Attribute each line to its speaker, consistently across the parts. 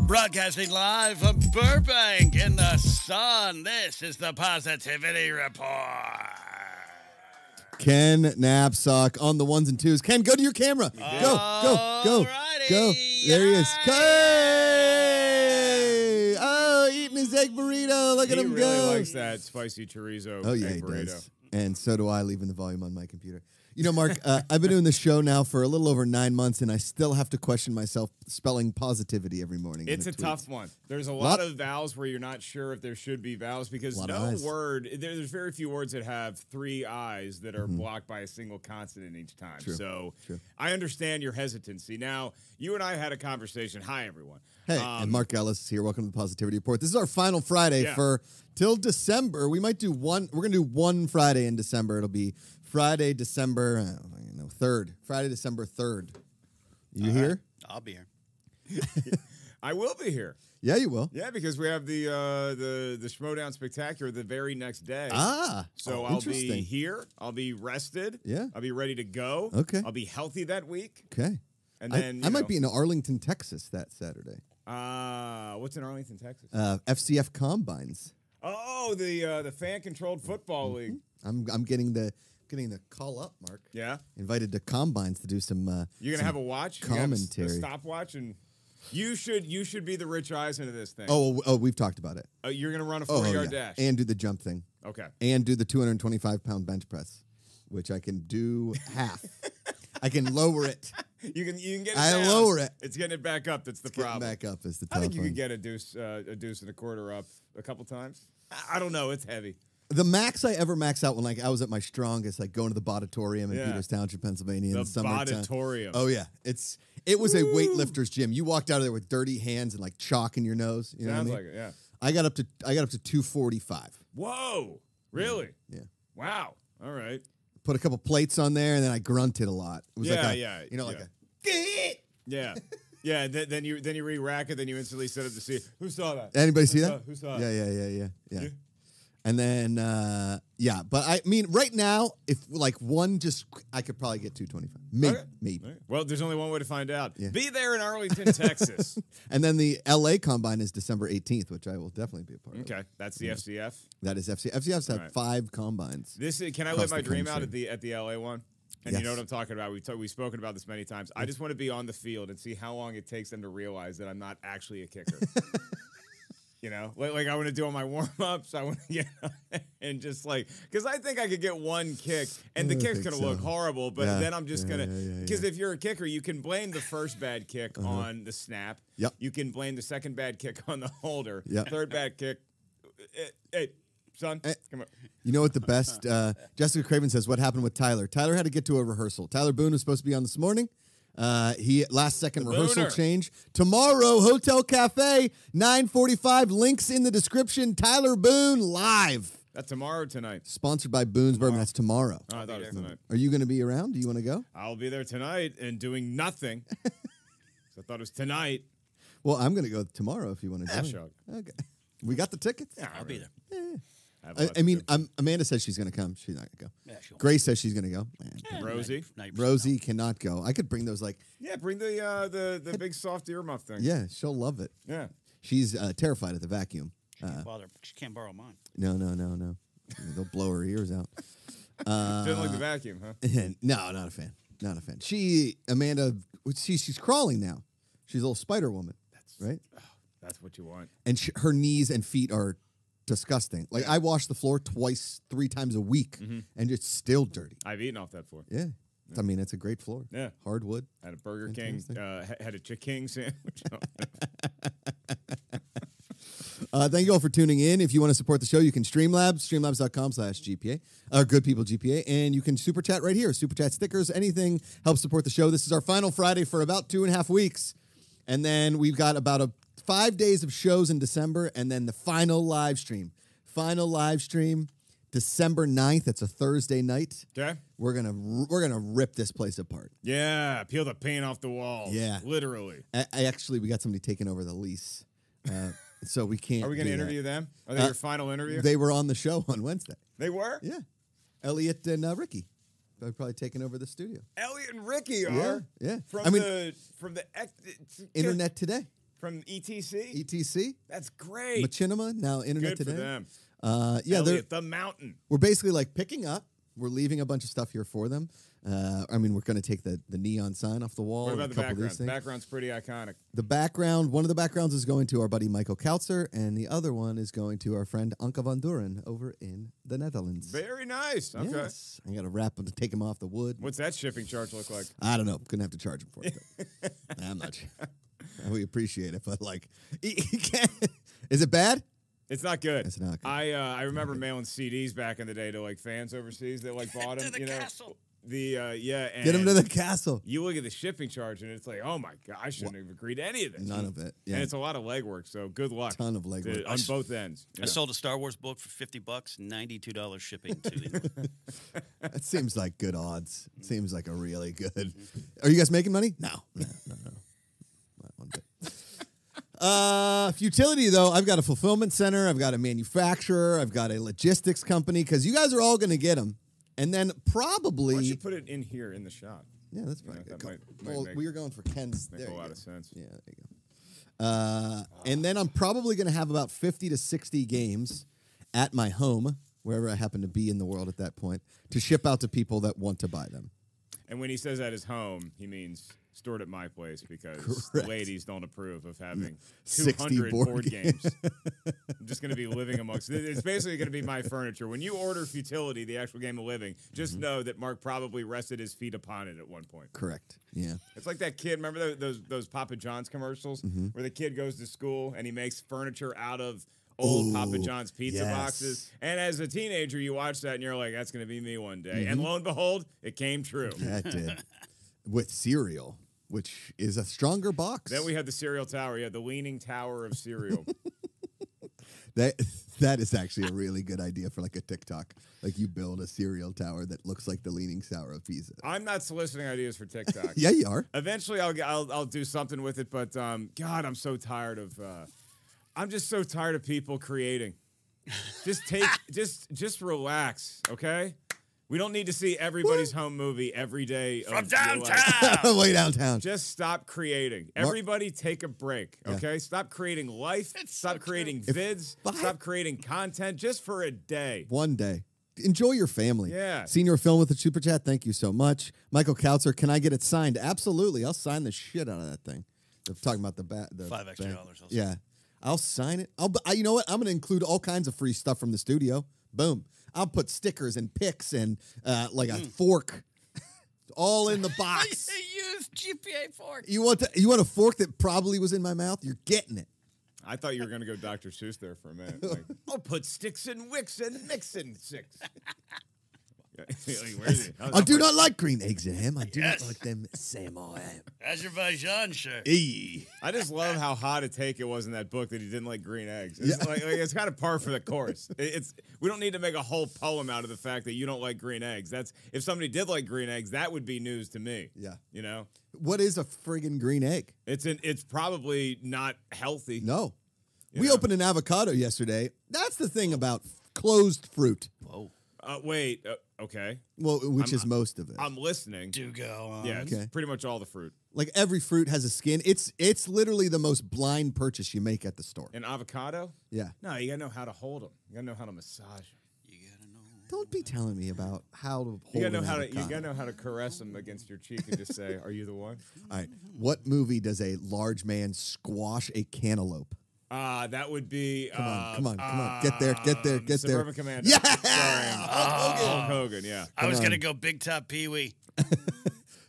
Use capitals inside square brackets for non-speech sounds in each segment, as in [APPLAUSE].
Speaker 1: Broadcasting live from Burbank in the sun. This is the Positivity Report.
Speaker 2: Ken Knapsack on the ones and twos. Ken, go to your camera. Go, go, go,
Speaker 1: Alrighty.
Speaker 2: go. There he is.
Speaker 1: Yeah.
Speaker 2: Hey! Oh, eating his egg burrito. Look
Speaker 3: He
Speaker 2: at him
Speaker 3: really
Speaker 2: go.
Speaker 3: likes that spicy chorizo.
Speaker 2: Oh yeah,
Speaker 3: egg
Speaker 2: he
Speaker 3: burrito.
Speaker 2: does. And so do I, leaving the volume on my computer. You know, Mark, uh, I've been doing this show now for a little over nine months, and I still have to question myself spelling positivity every morning. in
Speaker 3: It's
Speaker 2: the
Speaker 3: a
Speaker 2: tweets.
Speaker 3: tough one. There's a
Speaker 2: Lot-
Speaker 3: lot of vowels where you're not sure if there should be vowels because
Speaker 2: Lot of
Speaker 3: no
Speaker 2: eyes.
Speaker 3: word, there, there's very few words that have three I's that are blocked by a single consonant each time.
Speaker 2: Mm-hmm. True.
Speaker 3: So
Speaker 2: True.
Speaker 3: I understand your hesitancy. Now, you and I had a conversation. Hi, everyone.
Speaker 2: Hey,
Speaker 3: Um,
Speaker 2: and Mark Ellis is here. Welcome to the Positivity Report. This is our final Friday
Speaker 3: Yeah.
Speaker 2: for till December. We might do one. We're gonna do one Friday in December. It'll be Friday, December, uh, you know, third. Friday, December third. You here?
Speaker 1: I'll be here.
Speaker 3: I will be here.
Speaker 2: Yeah, you will.
Speaker 3: Yeah, because we have the uh, the the Schmodown Spectacular the very next day.
Speaker 2: Ah,
Speaker 3: So
Speaker 2: oh,
Speaker 3: I'll be
Speaker 2: interesting.
Speaker 3: here. I'll be rested.
Speaker 2: Yeah.
Speaker 3: I'll be ready to go.
Speaker 2: Okay.
Speaker 3: I'll be healthy that week.
Speaker 2: Okay.
Speaker 3: And
Speaker 2: I-
Speaker 3: then
Speaker 2: I,
Speaker 3: you
Speaker 2: might
Speaker 3: know,
Speaker 2: be in Arlington, Texas that Saturday.
Speaker 3: Uh, what's in Arlington, Texas?
Speaker 2: Uh, FCF Combines.
Speaker 3: oh, the uh, the fan controlled football
Speaker 2: Mm-hmm.
Speaker 3: league.
Speaker 2: I'm I'm getting the getting the call up, Mark.
Speaker 3: Yeah,
Speaker 2: Invited to Combines to do some. Uh,
Speaker 3: you're gonna
Speaker 2: some-
Speaker 3: have a watch, You're gonna have a s- a
Speaker 2: commentary.
Speaker 3: stopwatch, and you should you should be the Rich Eisen of this thing.
Speaker 2: Oh, oh, we've talked about it.
Speaker 3: Uh, you're gonna run a
Speaker 2: Oh,
Speaker 3: four
Speaker 2: oh,
Speaker 3: yard
Speaker 2: yeah.
Speaker 3: dash.
Speaker 2: and do the jump thing.
Speaker 3: okay,
Speaker 2: and do the 225 pound bench press, which I can do
Speaker 3: [LAUGHS]
Speaker 2: half. I can lower it.
Speaker 3: you can you can get. It
Speaker 2: I
Speaker 3: down.
Speaker 2: lower it.
Speaker 3: It's getting it back up. That's the
Speaker 2: Getting
Speaker 3: problem.
Speaker 2: back up is the
Speaker 3: I
Speaker 2: tough
Speaker 3: think you
Speaker 2: one.
Speaker 3: could get a deuce uh, a deuce and a quarter up a couple times. I- I don't know. It's heavy.
Speaker 2: the max I ever max out when like I was at my strongest, like going to the Bodatorium in
Speaker 3: Yeah.
Speaker 2: Peters Township, Pennsylvania in
Speaker 3: The
Speaker 2: the summertime.
Speaker 3: Bodatorium.
Speaker 2: Oh yeah, it's it was a weightlifter's gym. You walked out of there with dirty hands and like chalk in your nose. You know what I
Speaker 3: Sounds
Speaker 2: mean?
Speaker 3: like it. Yeah.
Speaker 2: I got up to I got up to 245.
Speaker 3: Whoa! Really?
Speaker 2: Yeah.
Speaker 3: Wow. All right.
Speaker 2: Put a couple plates on there and then I grunted a lot. It was
Speaker 3: Yeah,
Speaker 2: like a,
Speaker 3: yeah,
Speaker 2: you know like
Speaker 3: yeah.
Speaker 2: a
Speaker 3: Yeah. Yeah, then, then you then you re-rack it, then you instantly set up to see who saw that.
Speaker 2: Anybody see
Speaker 3: Who
Speaker 2: that?
Speaker 3: saw- who saw it?
Speaker 2: Yeah, yeah, yeah, yeah, yeah. And then, uh, yeah, but I mean, right now, if like one just, I could probably get 225. Maybe.
Speaker 3: Okay.
Speaker 2: maybe.
Speaker 3: Well, there's only one way to find out.
Speaker 2: Yeah.
Speaker 3: Be there in Arlington,
Speaker 2: [LAUGHS]
Speaker 3: Texas.
Speaker 2: And then the LA combine is December 18th, which I will definitely be a part of.
Speaker 3: Okay, that's the FCF.
Speaker 2: That is FC. FCF's had
Speaker 3: All right.
Speaker 2: five combines.
Speaker 3: This is, can I
Speaker 2: Across
Speaker 3: live my
Speaker 2: the
Speaker 3: dream out
Speaker 2: country.
Speaker 3: at the at the LA one? And you know
Speaker 2: Yes.
Speaker 3: what I'm talking about. We've talked we've spoken about this many times. I just want to be on the field and see how long it takes them to realize that I'm not actually
Speaker 2: [LAUGHS]
Speaker 3: a kicker. you know, like, like I want to do all my warm ups. I [LAUGHS] want to get and just like because I think I could get one kick, and the
Speaker 2: I
Speaker 3: kick's
Speaker 2: think
Speaker 3: gonna look
Speaker 2: so.
Speaker 3: horrible. But
Speaker 2: Yeah.
Speaker 3: then I'm just
Speaker 2: Yeah, yeah,
Speaker 3: gonna
Speaker 2: yeah,
Speaker 3: because
Speaker 2: yeah. Uh-huh.
Speaker 3: if you're a kicker, you can blame the first bad kick on the snap.
Speaker 2: Yep.
Speaker 3: You can blame the second bad kick on the holder.
Speaker 2: Yep. Eh.
Speaker 3: Third bad kick. Hey, hey, son, come on.
Speaker 2: You know what the best?
Speaker 3: [LAUGHS]
Speaker 2: Uh, Jessica Craven says, What happened with Tyler? Tyler had to get to a rehearsal. Tyler Boone was supposed to be on this morning. Uh, he last second rehearsal
Speaker 3: Booner.
Speaker 2: change tomorrow. Hotel Cafe 9:45. Links in the description. Tyler Boone live.
Speaker 3: That's tomorrow or tonight.
Speaker 2: sponsored by Boone's Bourbon. That's tomorrow.
Speaker 3: Oh, I thought it was tonight.
Speaker 2: Are you going to be around? Do you want to go?
Speaker 3: I'll be there tonight and doing [LAUGHS] nothing. 'Cause I thought it was tonight.
Speaker 2: Well, I'm going to go tomorrow if you want to join.
Speaker 3: sure.
Speaker 2: Okay. We got the tickets.
Speaker 1: I'll be there.
Speaker 3: I, have
Speaker 2: I,
Speaker 3: lots
Speaker 2: I
Speaker 3: of
Speaker 2: mean,
Speaker 3: good-
Speaker 2: um, Amanda says she's going to come. She's not going to go.
Speaker 1: Yeah, sure.
Speaker 2: Grace says she's going to go. Eh,
Speaker 3: Rosie.
Speaker 1: Night,
Speaker 2: Rosie cannot go. I could bring those like,
Speaker 3: yeah, bring the uh, the the big soft ear muff thing.
Speaker 2: yeah, she'll love it.
Speaker 3: yeah.
Speaker 2: She's uh, terrified of the vacuum.
Speaker 1: She can't, bother, she can't borrow mine.
Speaker 2: No, no, no, no. They'll blow her ears [LAUGHS] out. Uh,
Speaker 3: Didn't like the vacuum, huh?
Speaker 2: [LAUGHS] no, not a fan. Not a fan. She, Amanda, she, she's crawling now. She's a little spider woman, right?
Speaker 3: That's what you want.
Speaker 2: and sh her knees and feet are disgusting. Like I wash the floor twice, three times a week, and it's still dirty.
Speaker 3: I've eaten off that floor.
Speaker 2: Yeah, I mean it's a great floor.
Speaker 3: Yeah.
Speaker 2: hardwood.
Speaker 3: Had a Burger King. Uh, ha- had a Chick King [LAUGHS] sandwich.
Speaker 2: Uh, thank you all for tuning in. If you want to support the show, you can Streamlabs, streamlabs.com/gpa, or uh, Good People GPA, and you can super chat right here. Super chat stickers, anything helps support the show. This is our final Friday for about two and a half weeks, and then we've got about a five days of shows in December, and then the final live stream. Final live stream, December 9th. It's a Thursday night.
Speaker 3: okay.
Speaker 2: We're gonna r- we're gonna rip this place apart.
Speaker 3: Yeah. Peel the paint off the wall.
Speaker 2: Yeah.
Speaker 3: Literally.
Speaker 2: I, I actually we got somebody taking over the lease, uh, so we can't.
Speaker 3: Are we going to
Speaker 2: do that.
Speaker 3: interview them? Are they
Speaker 2: Uh,
Speaker 3: your final interview? They,
Speaker 2: They were on the show on Wednesday.
Speaker 3: were.
Speaker 2: Yeah, Elliot and uh, Ricky. They're probably taking over the studio.
Speaker 3: Elliot and Ricky
Speaker 2: Yeah,
Speaker 3: are.
Speaker 2: yeah.
Speaker 3: From
Speaker 2: I mean-
Speaker 3: the from the ex- it's-
Speaker 2: Internet today.
Speaker 3: from E ETC.
Speaker 2: ETC,
Speaker 3: That's great.
Speaker 2: Machinima, now Internet
Speaker 3: Good for
Speaker 2: Today.
Speaker 3: them.
Speaker 2: Uh, yeah, they're,
Speaker 3: Elliot, the mountain.
Speaker 2: we're basically like picking up. We're leaving a bunch of stuff here for them. Uh, I mean, we're going to take the, the neon sign off the wall.
Speaker 3: What
Speaker 2: and
Speaker 3: about the
Speaker 2: a Oh, couple of
Speaker 3: background?
Speaker 2: these
Speaker 3: The
Speaker 2: things.
Speaker 3: background's pretty iconic.
Speaker 2: The background, one of the backgrounds is going to our buddy Michael Kautzer, and the other one is going to our friend Anke van Duren over in the Netherlands.
Speaker 3: Very nice. Okay.
Speaker 2: Yes. I got to wrap them to take them off the wood.
Speaker 3: What's that shipping charge look like?
Speaker 2: I don't know. Gonna have to charge him for it. though. [LAUGHS] Nah, I'm not sure.
Speaker 3: [LAUGHS]
Speaker 2: We appreciate it, but like, he- he can't- [LAUGHS] is it bad?
Speaker 3: It's not good.
Speaker 2: It's not good.
Speaker 3: I uh, I remember mailing CDs back in the day to like fans overseas that like bought them.
Speaker 1: the
Speaker 3: you know,
Speaker 1: castle.
Speaker 3: the uh, yeah. And
Speaker 2: Get him to the castle.
Speaker 3: You look at the shipping charge and it's like, oh my god, I shouldn't have agreed to any of this.
Speaker 2: None of it. Yeah.
Speaker 3: And it's a lot of legwork, so good luck.
Speaker 2: Ton of legwork.
Speaker 3: to- on both ends. you
Speaker 1: I
Speaker 3: know.
Speaker 1: sold a Star Wars book for fifty bucks, ninety-two dollars shipping to the.
Speaker 2: That seems like good
Speaker 3: [LAUGHS]
Speaker 2: odds. Seems like a really good.
Speaker 3: Mm-hmm.
Speaker 2: Are you guys making money? No, no, no, no. Not one bit. Uh, futility though. I've got a fulfillment center. I've got a manufacturer. I've got a logistics company. Because you guys are all going to get them, and then
Speaker 3: Why don't
Speaker 2: probably
Speaker 3: you put it in here in the shot?
Speaker 2: yeah, that's probably
Speaker 3: Yeah,
Speaker 2: good.
Speaker 3: that
Speaker 2: Go-
Speaker 3: might- might
Speaker 2: well,
Speaker 3: make-
Speaker 2: we are going for Ken's.
Speaker 3: Make
Speaker 2: there
Speaker 3: a
Speaker 2: you
Speaker 3: lot
Speaker 2: go.
Speaker 3: of sense.
Speaker 2: Yeah, there you go. Uh, and then I'm probably going to have about 50 to 60 games at my home, wherever I happen to be in the world at that point, to ship out to people that want to buy them.
Speaker 3: And when he says at his home, he means stored at my place because
Speaker 2: Correct.
Speaker 3: the ladies don't approve of
Speaker 2: [LAUGHS]
Speaker 3: having
Speaker 2: 60
Speaker 3: 200
Speaker 2: board [LAUGHS]
Speaker 3: board, games. I'm just going to be living amongst it. It's basically going to be my furniture. When you order Futility, the actual game of living, just
Speaker 2: Mm-hmm.
Speaker 3: know that Mark probably rested his feet upon it at one point.
Speaker 2: Correct. Yeah.
Speaker 3: It's like that kid. Remember tho- those those Papa John's commercials
Speaker 2: Mm-hmm.
Speaker 3: where the kid goes to school and he makes furniture out of old Papa
Speaker 2: Ooh,
Speaker 3: John's pizza
Speaker 2: yes.
Speaker 3: boxes. And as a teenager, you watch that and you're like, "That's gonna be me one day."
Speaker 2: Mm-hmm.
Speaker 3: And lo and behold, it came true.
Speaker 2: That
Speaker 3: [LAUGHS]
Speaker 2: did. With cereal, which is a stronger box.
Speaker 3: Then we had the cereal tower. Yeah, the leaning tower of cereal.
Speaker 2: [LAUGHS] that that is actually a really good idea for like a TikTok. Like you build a cereal tower that looks like the leaning tower of Pisa.
Speaker 3: I'm not soliciting ideas for TikTok.
Speaker 2: Yeah, you are.
Speaker 3: Eventually, I'll, I'll I'll do something with it. But um, God, I'm so tired of. Uh, I'm just so tired of people creating. Just
Speaker 2: [LAUGHS]
Speaker 3: take, just just relax, okay? We don't need to see everybody's home movie every day of
Speaker 1: From
Speaker 3: your life.
Speaker 1: downtown.
Speaker 2: [LAUGHS] way downtown.
Speaker 3: Just stop creating. Everybody, take a break, okay? Stop creating life. stop creating vids.
Speaker 2: If I-
Speaker 3: stop creating content just for a day.
Speaker 2: one day. Enjoy your family.
Speaker 3: Yeah.
Speaker 2: Senior film with the super chat. Thank you so much, Michael Kautzer. Can I get it signed? Absolutely. I'll sign the shit out of that thing. They're talking about the bat. The
Speaker 1: Five extra
Speaker 2: bank.
Speaker 1: dollars, I'll
Speaker 2: yeah. I'll sign it. I'll. bu- I, you know what? I'm gonna include all kinds of free stuff from the studio. Boom. I'll put stickers and picks and uh, like
Speaker 1: Mm.
Speaker 2: a fork, [LAUGHS] all in the
Speaker 1: [LAUGHS]
Speaker 2: box.
Speaker 1: use GPA fork.
Speaker 2: you want to, you want a fork that probably was in my mouth? You're getting it.
Speaker 3: I thought you were gonna go Dr. Seuss there for a [LAUGHS] minute. Like, I'll put sticks and wicks and mix and [LAUGHS] six. [LAUGHS] like, where is it?
Speaker 2: I do not like green eggs and ham. I do
Speaker 1: Yes.
Speaker 2: not like them Samoa ham.
Speaker 1: Azerbaijan shirt.
Speaker 2: Eee.
Speaker 3: I just love how hot a take it was in that book that he didn't like green eggs. It's, like, like, it's kind of par for the course. It- It's we don't need to make a whole poem out of the fact that you don't like green eggs. That's if somebody did like green eggs, that would be news to me.
Speaker 2: Yeah.
Speaker 3: you know,
Speaker 2: What is a friggin' green egg?
Speaker 3: it's an, it's probably not healthy.
Speaker 2: No. We
Speaker 3: Yeah.
Speaker 2: opened an avocado yesterday. That's the thing about closed fruit,
Speaker 1: Whoa.
Speaker 3: Uh, wait, uh, okay,
Speaker 2: well, which is most of it.
Speaker 3: I'm listening.
Speaker 1: Do go on.
Speaker 3: Yeah,
Speaker 2: Okay.
Speaker 3: it's pretty much all the fruit.
Speaker 2: like every fruit has a skin. It's it's literally the most blind purchase you make at the store.
Speaker 3: An avocado?
Speaker 2: Yeah.
Speaker 3: No, you gotta know how to hold them. You gotta know how to massage them.
Speaker 1: You gotta know.
Speaker 2: Don't be telling me about how to hold
Speaker 3: You gotta know
Speaker 2: an
Speaker 3: how to.
Speaker 2: avocado.
Speaker 3: You gotta know how to caress them against your cheek and just say, "Are you the one?"
Speaker 2: All right. What movie does a large man squash a cantaloupe?
Speaker 3: [LAUGHS] Ah, that would be. uh,
Speaker 2: Come on, come on, come on. Get there, get there, get there.
Speaker 3: Suburban Commander.
Speaker 2: Yeah!
Speaker 3: Sorry. Hulk Hogan. Yeah.
Speaker 1: Ah. I was gonna go big top Pee Wee.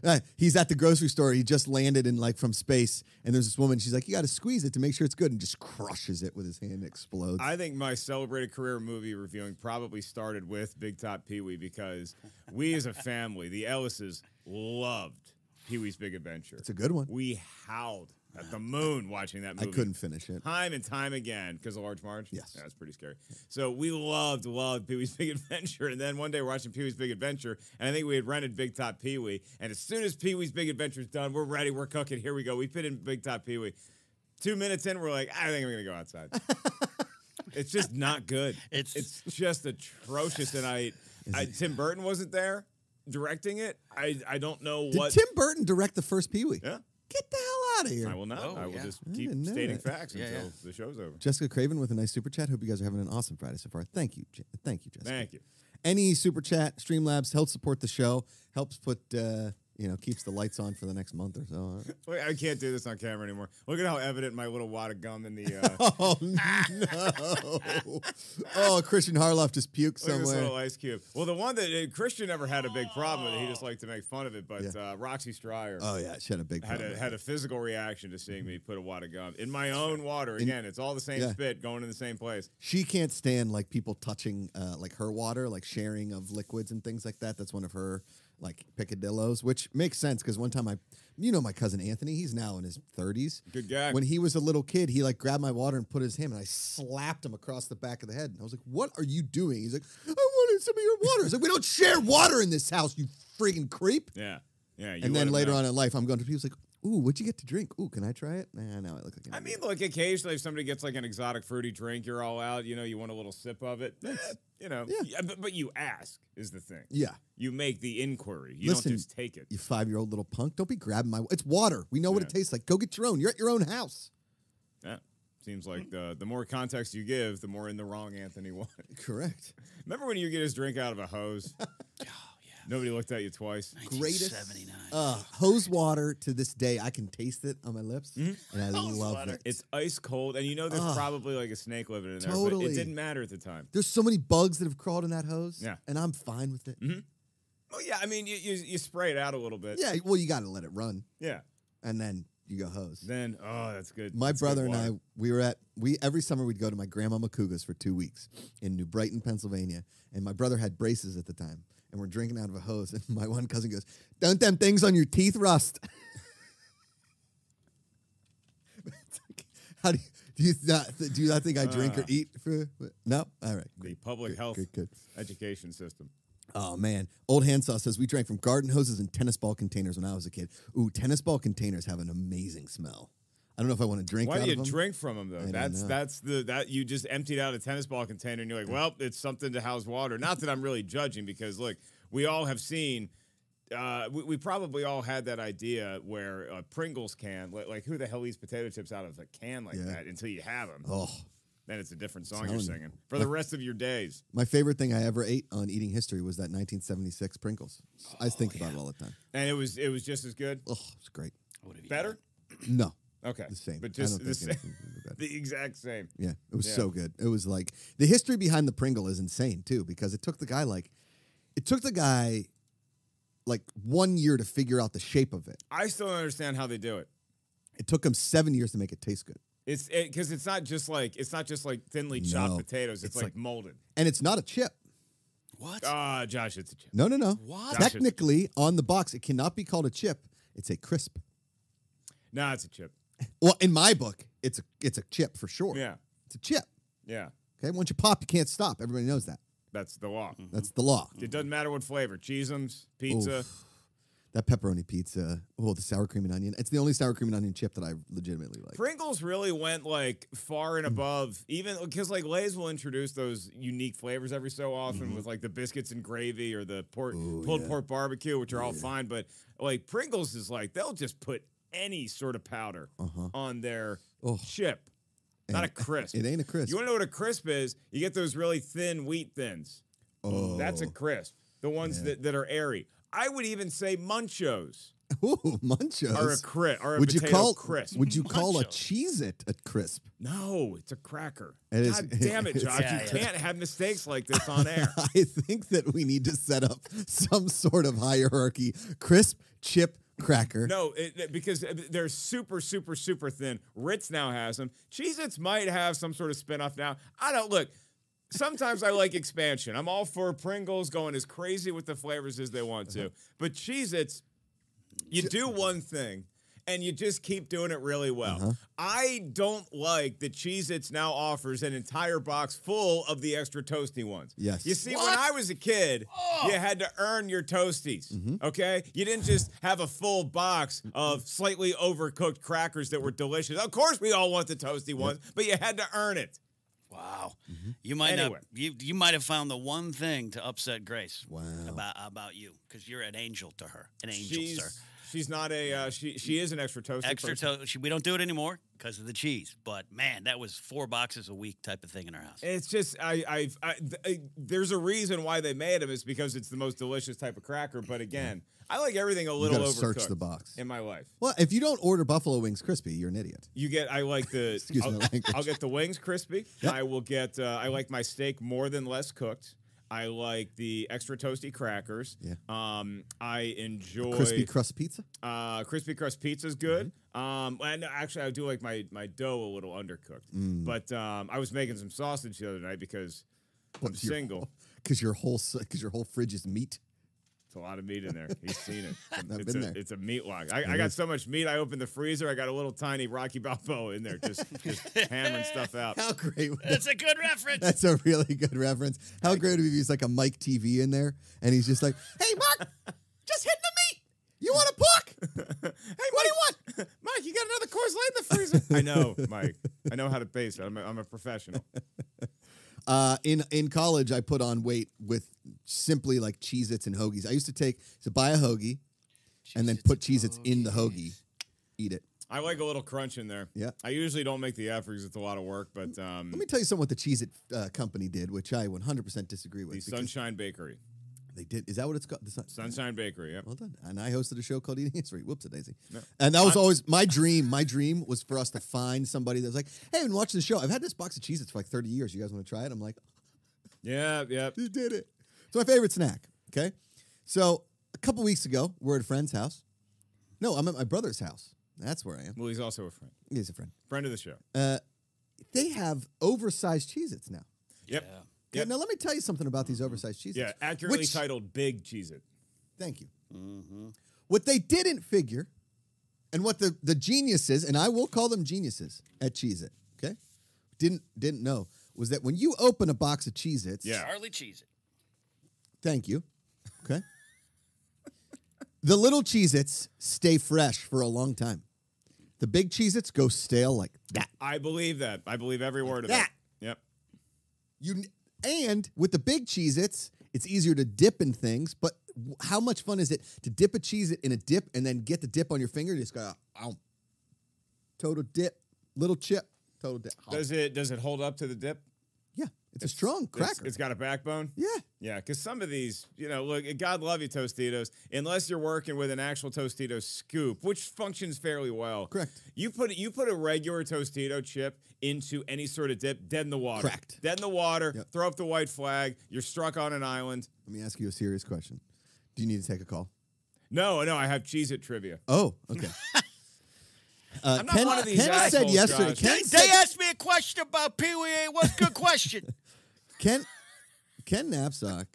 Speaker 2: Uh, he's at the grocery store. He just landed in like from space, and there's this woman. She's like, "You got to squeeze it to make sure it's good," and just crushes it with his hand. and Explodes.
Speaker 3: I think my celebrated career movie reviewing probably started with Big Top Pee Wee because we as a family, the Ellises, loved Pee Wee's Big Adventure.
Speaker 2: it's a good one.
Speaker 3: We howled at the moon watching that
Speaker 2: I
Speaker 3: movie.
Speaker 2: couldn't finish it.
Speaker 3: time and time again because of Large Marge.
Speaker 2: Yes.
Speaker 3: that's pretty scary. So we loved loved Pee Wee's [LAUGHS] Big Adventure, and then one day we're watching Pee Wee's Big Adventure, and I think we had rented Big Top Pee Wee, and as soon as Pee Wee's Big Adventure's done, we're ready, we're cooking. Here we go. We fit in Big Top Pee Wee. Two minutes in, we're like, I think I'm gonna
Speaker 2: [LAUGHS]
Speaker 3: go outside. it's just not good.
Speaker 1: It's-
Speaker 3: it's just atrocious, and I, I Tim Burton wasn't there directing it. I I don't know
Speaker 2: Did
Speaker 3: what.
Speaker 2: Tim Burton direct the first Pee Wee?
Speaker 3: yeah.
Speaker 2: Get the hell out of here.
Speaker 3: I will not.
Speaker 1: Oh,
Speaker 3: I will
Speaker 1: yeah.
Speaker 3: just
Speaker 2: I
Speaker 3: keep
Speaker 2: didn't know
Speaker 3: stating
Speaker 2: that.
Speaker 3: facts
Speaker 1: Yeah,
Speaker 3: until
Speaker 1: yeah.
Speaker 3: the show's over.
Speaker 2: Jessica Craven with a nice super chat. Hope you guys are having an awesome Friday so far. Thank you. Je- Thank you, Jessica.
Speaker 3: Thank you.
Speaker 2: Any super chat, Streamlabs helps support the show, helps put, uh, you know, keeps the lights on for the next month or so.
Speaker 3: [LAUGHS]
Speaker 2: huh?
Speaker 3: Wait, I can't do this on camera anymore. Look at how evident my little wad of gum
Speaker 2: [LAUGHS]
Speaker 3: in the. Uh,
Speaker 2: Oh, no. [LAUGHS] oh, Christian Harloff just puked
Speaker 3: Look at this
Speaker 2: somewhere.
Speaker 3: little ice cube. Well, the one that uh, Christian never had a big problem with, it. he just liked to make fun of it. But uh, Roxy Stryer
Speaker 2: Oh, yeah. She had a big
Speaker 3: had
Speaker 2: problem.
Speaker 3: a had a physical reaction to seeing me put a wad of gum in my own water. Again, it's all the same
Speaker 2: yeah.
Speaker 3: spit going in the same place.
Speaker 2: she can't stand like people touching uh, like her water, like sharing of liquids and things like that. That's one of her like picadillos, which makes sense because one time I, you know, my cousin Anthony, he's now in his thirties.
Speaker 3: Good guy.
Speaker 2: When he was a little kid, he like grabbed my water and put his hand, and I slapped him across the back of the head. And I was like, "What are you doing?" He's like, "I wanted some of your water." He's like, "We don't share water in this house, you freaking creep."
Speaker 3: Yeah, yeah. you
Speaker 2: and
Speaker 3: let
Speaker 2: then
Speaker 3: him
Speaker 2: later
Speaker 3: know.
Speaker 2: on in life, I'm going to people's like, "Ooh, what'd you get to drink? Ooh, can I try it?" Nah, no, I look like an
Speaker 3: I mean,
Speaker 2: idiot.
Speaker 3: like occasionally, if somebody gets like an exotic fruity drink, you're all out. You know, you want a little sip of it. Eh, you know,
Speaker 2: Yeah.
Speaker 3: but, but you ask is the thing.
Speaker 2: yeah.
Speaker 3: You make the inquiry. You
Speaker 2: Listen,
Speaker 3: don't just take it.
Speaker 2: You five year old little punk. Don't be grabbing my. It's water. We know what it
Speaker 3: Yeah.
Speaker 2: tastes like. Go get your own. You're at your own house.
Speaker 3: Yeah. Seems like the the more context you give, the more in the wrong Anthony was.
Speaker 2: Correct.
Speaker 3: [LAUGHS] Remember when you get his drink out of a
Speaker 2: [LAUGHS]
Speaker 3: hose?
Speaker 2: Oh,
Speaker 3: Nobody looked at you twice.
Speaker 2: Greatest.
Speaker 1: 1979.
Speaker 2: Uh, hose water to this day. I can taste it on my lips, and I love
Speaker 1: water.
Speaker 2: it.
Speaker 3: It's ice cold, and you know there's
Speaker 2: Ugh.
Speaker 3: probably like a snake living in there. But
Speaker 2: Totally.
Speaker 3: it didn't matter at the time.
Speaker 2: There's so many bugs that have crawled in that hose.
Speaker 3: Yeah.
Speaker 2: And I'm fine with it.
Speaker 3: Well, yeah, I mean you, you you spray it out a little bit.
Speaker 2: Yeah. Well, you got to let it run,
Speaker 3: Yeah.
Speaker 2: and then you go hose.
Speaker 3: Then oh, that's good.
Speaker 2: my
Speaker 3: That's good
Speaker 2: brother and I,
Speaker 3: water.
Speaker 2: we were at we every summer we'd go to my grandma Macuga's for two weeks in New Brighton, Pennsylvania, and my brother had braces at the time, and we're drinking out of a hose, [LAUGHS] and my one cousin goes, "Don't them things on your teeth rust?" [LAUGHS] It's like, How do you, do you not do you not think I drink or
Speaker 3: Ah.
Speaker 2: eat food? No, all right,
Speaker 3: the public health
Speaker 2: good, good.
Speaker 3: education system.
Speaker 2: Oh man, old handsaw says we drank from garden hoses and tennis ball containers when I was a kid. Ooh, tennis ball containers have an amazing smell. I don't know if I want to drink.
Speaker 3: Why
Speaker 2: out
Speaker 3: do you
Speaker 2: of them.
Speaker 3: drink from them though?
Speaker 2: don't
Speaker 3: That's
Speaker 2: know.
Speaker 3: that's the that you just emptied out a tennis ball container and you're like, well, it's something to house water. Not that I'm really judging because look, we all have seen. Uh, we, we probably all had that idea where a Pringles can, like, like who the hell eats potato chips out of a can like
Speaker 2: Yeah.
Speaker 3: that until you have them?
Speaker 2: Oh,
Speaker 3: Then it's a different song you're
Speaker 2: Telling you.
Speaker 3: singing for the rest of your days.
Speaker 2: My favorite thing I ever ate on Eating History was that 1976 Pringles. I just
Speaker 3: Oh,
Speaker 2: think about it all the time.
Speaker 3: And it was it was just as good,
Speaker 2: Oh, it's great.
Speaker 1: What have you
Speaker 3: better.
Speaker 2: No,
Speaker 3: Okay,
Speaker 2: the same.
Speaker 3: but just
Speaker 2: I
Speaker 3: the
Speaker 2: don't
Speaker 3: same,
Speaker 2: think anything
Speaker 3: [LAUGHS]
Speaker 2: could be better.
Speaker 3: the exact same.
Speaker 2: Yeah, it was
Speaker 3: Yeah.
Speaker 2: so good. It was like the history behind the Pringle is insane too, because it took the guy like, it took the guy, like one year to figure out the shape of it.
Speaker 3: I still don't understand how they do it.
Speaker 2: It took him seven years to make it taste good,
Speaker 3: It's because it's not just like it's not just like thinly chopped
Speaker 2: No,
Speaker 3: potatoes.
Speaker 2: it's
Speaker 3: It's, like,
Speaker 2: like-
Speaker 3: molded.
Speaker 2: and it's not a chip.
Speaker 1: What?
Speaker 3: Ah, Josh, it's a chip.
Speaker 2: No, no, no.
Speaker 1: What?
Speaker 3: That's just-
Speaker 2: Technically, on the box, it cannot be called a chip. It's a crisp.
Speaker 3: No, it's a chip.
Speaker 2: Well, in my book, it's a it's a chip for sure.
Speaker 3: Yeah,
Speaker 2: it's a chip.
Speaker 3: yeah,
Speaker 2: Okay, once you pop, you can't stop. Everybody knows that.
Speaker 3: that's the law.
Speaker 2: That's the law.
Speaker 3: It doesn't matter what flavor, cheeseums, pizza.
Speaker 2: Mm-hmm. Oof. That pepperoni pizza, oh, the sour cream and onion. It's the only sour cream and onion chip that I legitimately like.
Speaker 3: Pringles really went like far and
Speaker 2: Mm.
Speaker 3: above, even because like Lay's will introduce those unique flavors every so often with like the biscuits and gravy or the pork
Speaker 2: Mm-hmm. Ooh,
Speaker 3: pulled
Speaker 2: yeah.
Speaker 3: pork barbecue, which are all fine. But like Pringles is like they'll just put any sort of powder
Speaker 2: Uh-huh.
Speaker 3: on their
Speaker 2: Oh.
Speaker 3: chip, not a
Speaker 2: And
Speaker 3: crisp.
Speaker 2: It ain't a crisp.
Speaker 3: You want to know what a crisp is? You get those really thin wheat thins.
Speaker 2: oh,
Speaker 3: That's a crisp. The ones that, that are airy. I would even say munchos
Speaker 2: [LAUGHS] Ooh, munchos.
Speaker 3: are a crisp. Are a
Speaker 2: Uh, would you
Speaker 3: potato
Speaker 2: call
Speaker 3: crisp?
Speaker 2: Would you call a
Speaker 1: Munchos.
Speaker 2: cheese it a crisp?
Speaker 3: no, it's a cracker.
Speaker 2: It is-
Speaker 3: God damn
Speaker 2: [LAUGHS]
Speaker 3: it,
Speaker 2: it's-
Speaker 3: Josh!
Speaker 1: Yeah,
Speaker 3: you
Speaker 1: yeah.
Speaker 3: can't have mistakes like this on air.
Speaker 2: [LAUGHS] I think that we need to set up some sort of hierarchy: crisp, chip, cracker.
Speaker 3: No, it, it- because they're super, super, super thin. Ritz now has them. Cheez-Its might have some sort of spinoff now. I don't look. Sometimes I like expansion. I'm all for Pringles going as crazy with the flavors as they want to.
Speaker 2: Uh-huh.
Speaker 3: But Cheez-Its, you do one thing and you just keep doing it really well. I don't like that Cheez-Its now offers an entire box full of the extra toasty ones.
Speaker 2: Yes.
Speaker 3: You see, when I was a kid,
Speaker 1: Oh.
Speaker 3: you had to earn your toasties. Okay? You didn't just have a full box of slightly overcooked crackers that were delicious. Of course we all want the toasty ones, but you had to earn it.
Speaker 1: Wow. You might
Speaker 3: mm-hmm. Anyway.
Speaker 1: have you you might have found the one thing to upset Grace
Speaker 2: Wow.
Speaker 1: about about you because you're an angel to her, an angel,
Speaker 3: She's
Speaker 1: sir.
Speaker 3: She's not a. Uh, she she is an extra toasted
Speaker 1: Extra
Speaker 3: person.
Speaker 1: toast. We don't do it anymore because of the cheese. But man, that was four boxes a week type of thing in our house.
Speaker 3: It's just I I've, I, th- I there's a reason why they made them is because it's the most delicious type of cracker. But again, I like everything a
Speaker 2: You
Speaker 3: little
Speaker 2: gotta
Speaker 3: overcooked
Speaker 2: search the box.
Speaker 3: in my life.
Speaker 2: Well, if you don't order buffalo wings crispy, you're an idiot.
Speaker 3: You get I like
Speaker 2: [LAUGHS]
Speaker 3: the
Speaker 2: Excuse
Speaker 3: I'll,
Speaker 2: my language.
Speaker 3: I'll get the wings crispy. I will get uh, I like my steak more than less cooked. I like the extra toasty crackers.
Speaker 2: Yeah.
Speaker 3: Um, I enjoy
Speaker 2: Crispy Mm-hmm. crust pizza.
Speaker 3: Uh, crispy crust pizza's good. Um, and actually, I do like my my dough a little undercooked.
Speaker 2: Mm.
Speaker 3: But um, I was making some sausage the other night because I'm single.
Speaker 2: Because your whole because your whole fridge is [LAUGHS] meat.
Speaker 3: It's a lot of meat in there. He's seen it. It's,
Speaker 2: [LAUGHS]
Speaker 3: a-
Speaker 2: I've
Speaker 3: it's
Speaker 2: been
Speaker 3: a,
Speaker 2: there.
Speaker 3: it's a meat lock. I, I got so much meat. I opened the freezer. I got a little tiny Rocky Balboa in
Speaker 2: [LAUGHS]
Speaker 3: there, just, just hammering stuff out.
Speaker 2: How great! would that-
Speaker 1: That's a good reference.
Speaker 2: That's a really good reference. How great would it be if he's like a Mike TV in there, and he's just like, [LAUGHS] "Hey, Mark, just hitting the meat. You want a pork? What do you want?"
Speaker 3: [LAUGHS] Mike, you got another course Light
Speaker 2: [LAUGHS]
Speaker 3: in the freezer. I know, Mike. I know how to base it. I'm a, I'm a professional.
Speaker 2: [LAUGHS] Uh, in in college, I put on weight with simply like Cheez-Its and hoagies. I used to take to buy a hoagie and then put Cheez-Its in the hoagie, eat it.
Speaker 3: I like a little crunch in there.
Speaker 2: Yeah.
Speaker 3: I usually don't make the effort because it's a lot of work, but um,
Speaker 2: Let me tell you something what the Cheez-It uh, company did, which I 100% disagree with.
Speaker 3: the
Speaker 2: because
Speaker 3: Sunshine Bakery.
Speaker 2: They did. Is that what it's called? The Sun-
Speaker 3: Sunshine Bakery. Yep.
Speaker 2: Well done. And I hosted a show called Eating History. Whoops, a daisy. And that was always my dream. My dream was for us to find somebody that was like, "Hey, I've been watching the show. I've had this box of Cheez-Its for like 30 years. You guys want to try it?" I'm like,
Speaker 3: Yeah, yep.
Speaker 2: "You did it." It's my favorite snack. Okay, so a couple weeks ago, we're at a friend's house. No, I'm at my brother's house. That's where I am.
Speaker 3: Well, he's also a friend.
Speaker 2: He's a friend.
Speaker 3: Friend of the show.
Speaker 2: They have oversized Cheez-Its now.
Speaker 3: Yep.
Speaker 2: Okay,
Speaker 3: Yep.
Speaker 2: Now let me tell you something about these oversized Cheez-Its.
Speaker 3: Yeah, accurately
Speaker 2: Which-
Speaker 3: titled Big Cheez It.
Speaker 2: Thank you. What they didn't figure, and what the the geniuses, and I will call them geniuses at Cheez It, okay? Didn't didn't know was that when you open a box of Cheez Its,
Speaker 3: Yeah.
Speaker 1: Charlie Cheese It.
Speaker 2: thank you. Okay. the little Cheez Its stay fresh for a long time. The big Cheez Its go stale like that.
Speaker 3: I believe that. I believe every word of
Speaker 2: That.
Speaker 3: it. Yep.
Speaker 2: You n- and with the big Cheez Its, it's easier to dip in things, but w- how much fun is it to dip a Cheez It in a dip and then get the dip on your finger? You just go, "Oh, ow. Total dip, little chip, total dip. Ow.
Speaker 3: Does it does it hold up to the dip?
Speaker 2: yeah, it's, a strong cracker.
Speaker 3: It's- it's got a backbone.
Speaker 2: yeah.
Speaker 3: Yeah, because some of these, you know, look, eh, God love you, Tostitos. Unless you're working with an actual Tostito scoop, which functions fairly well.
Speaker 2: Correct.
Speaker 3: You put you put a regular Tostito chip into any sort of dip, dead in the water.
Speaker 2: Correct.
Speaker 3: Dead in the water.
Speaker 2: Yep.
Speaker 3: Throw up the white flag. You're struck on an island.
Speaker 2: Let me ask you a serious question. Do you need to take a call?
Speaker 3: No, no, I have cheese at trivia.
Speaker 2: Oh,
Speaker 3: [LAUGHS]
Speaker 2: okay. Uh,
Speaker 3: I'm not one of these
Speaker 2: Ken said
Speaker 3: assholes,
Speaker 2: yesterday.
Speaker 3: Josh.
Speaker 2: Ken,
Speaker 1: They
Speaker 2: said,
Speaker 1: asked me a question about Pee Wee. Ain't What's a good question?
Speaker 2: Ken, Ken Knapsack,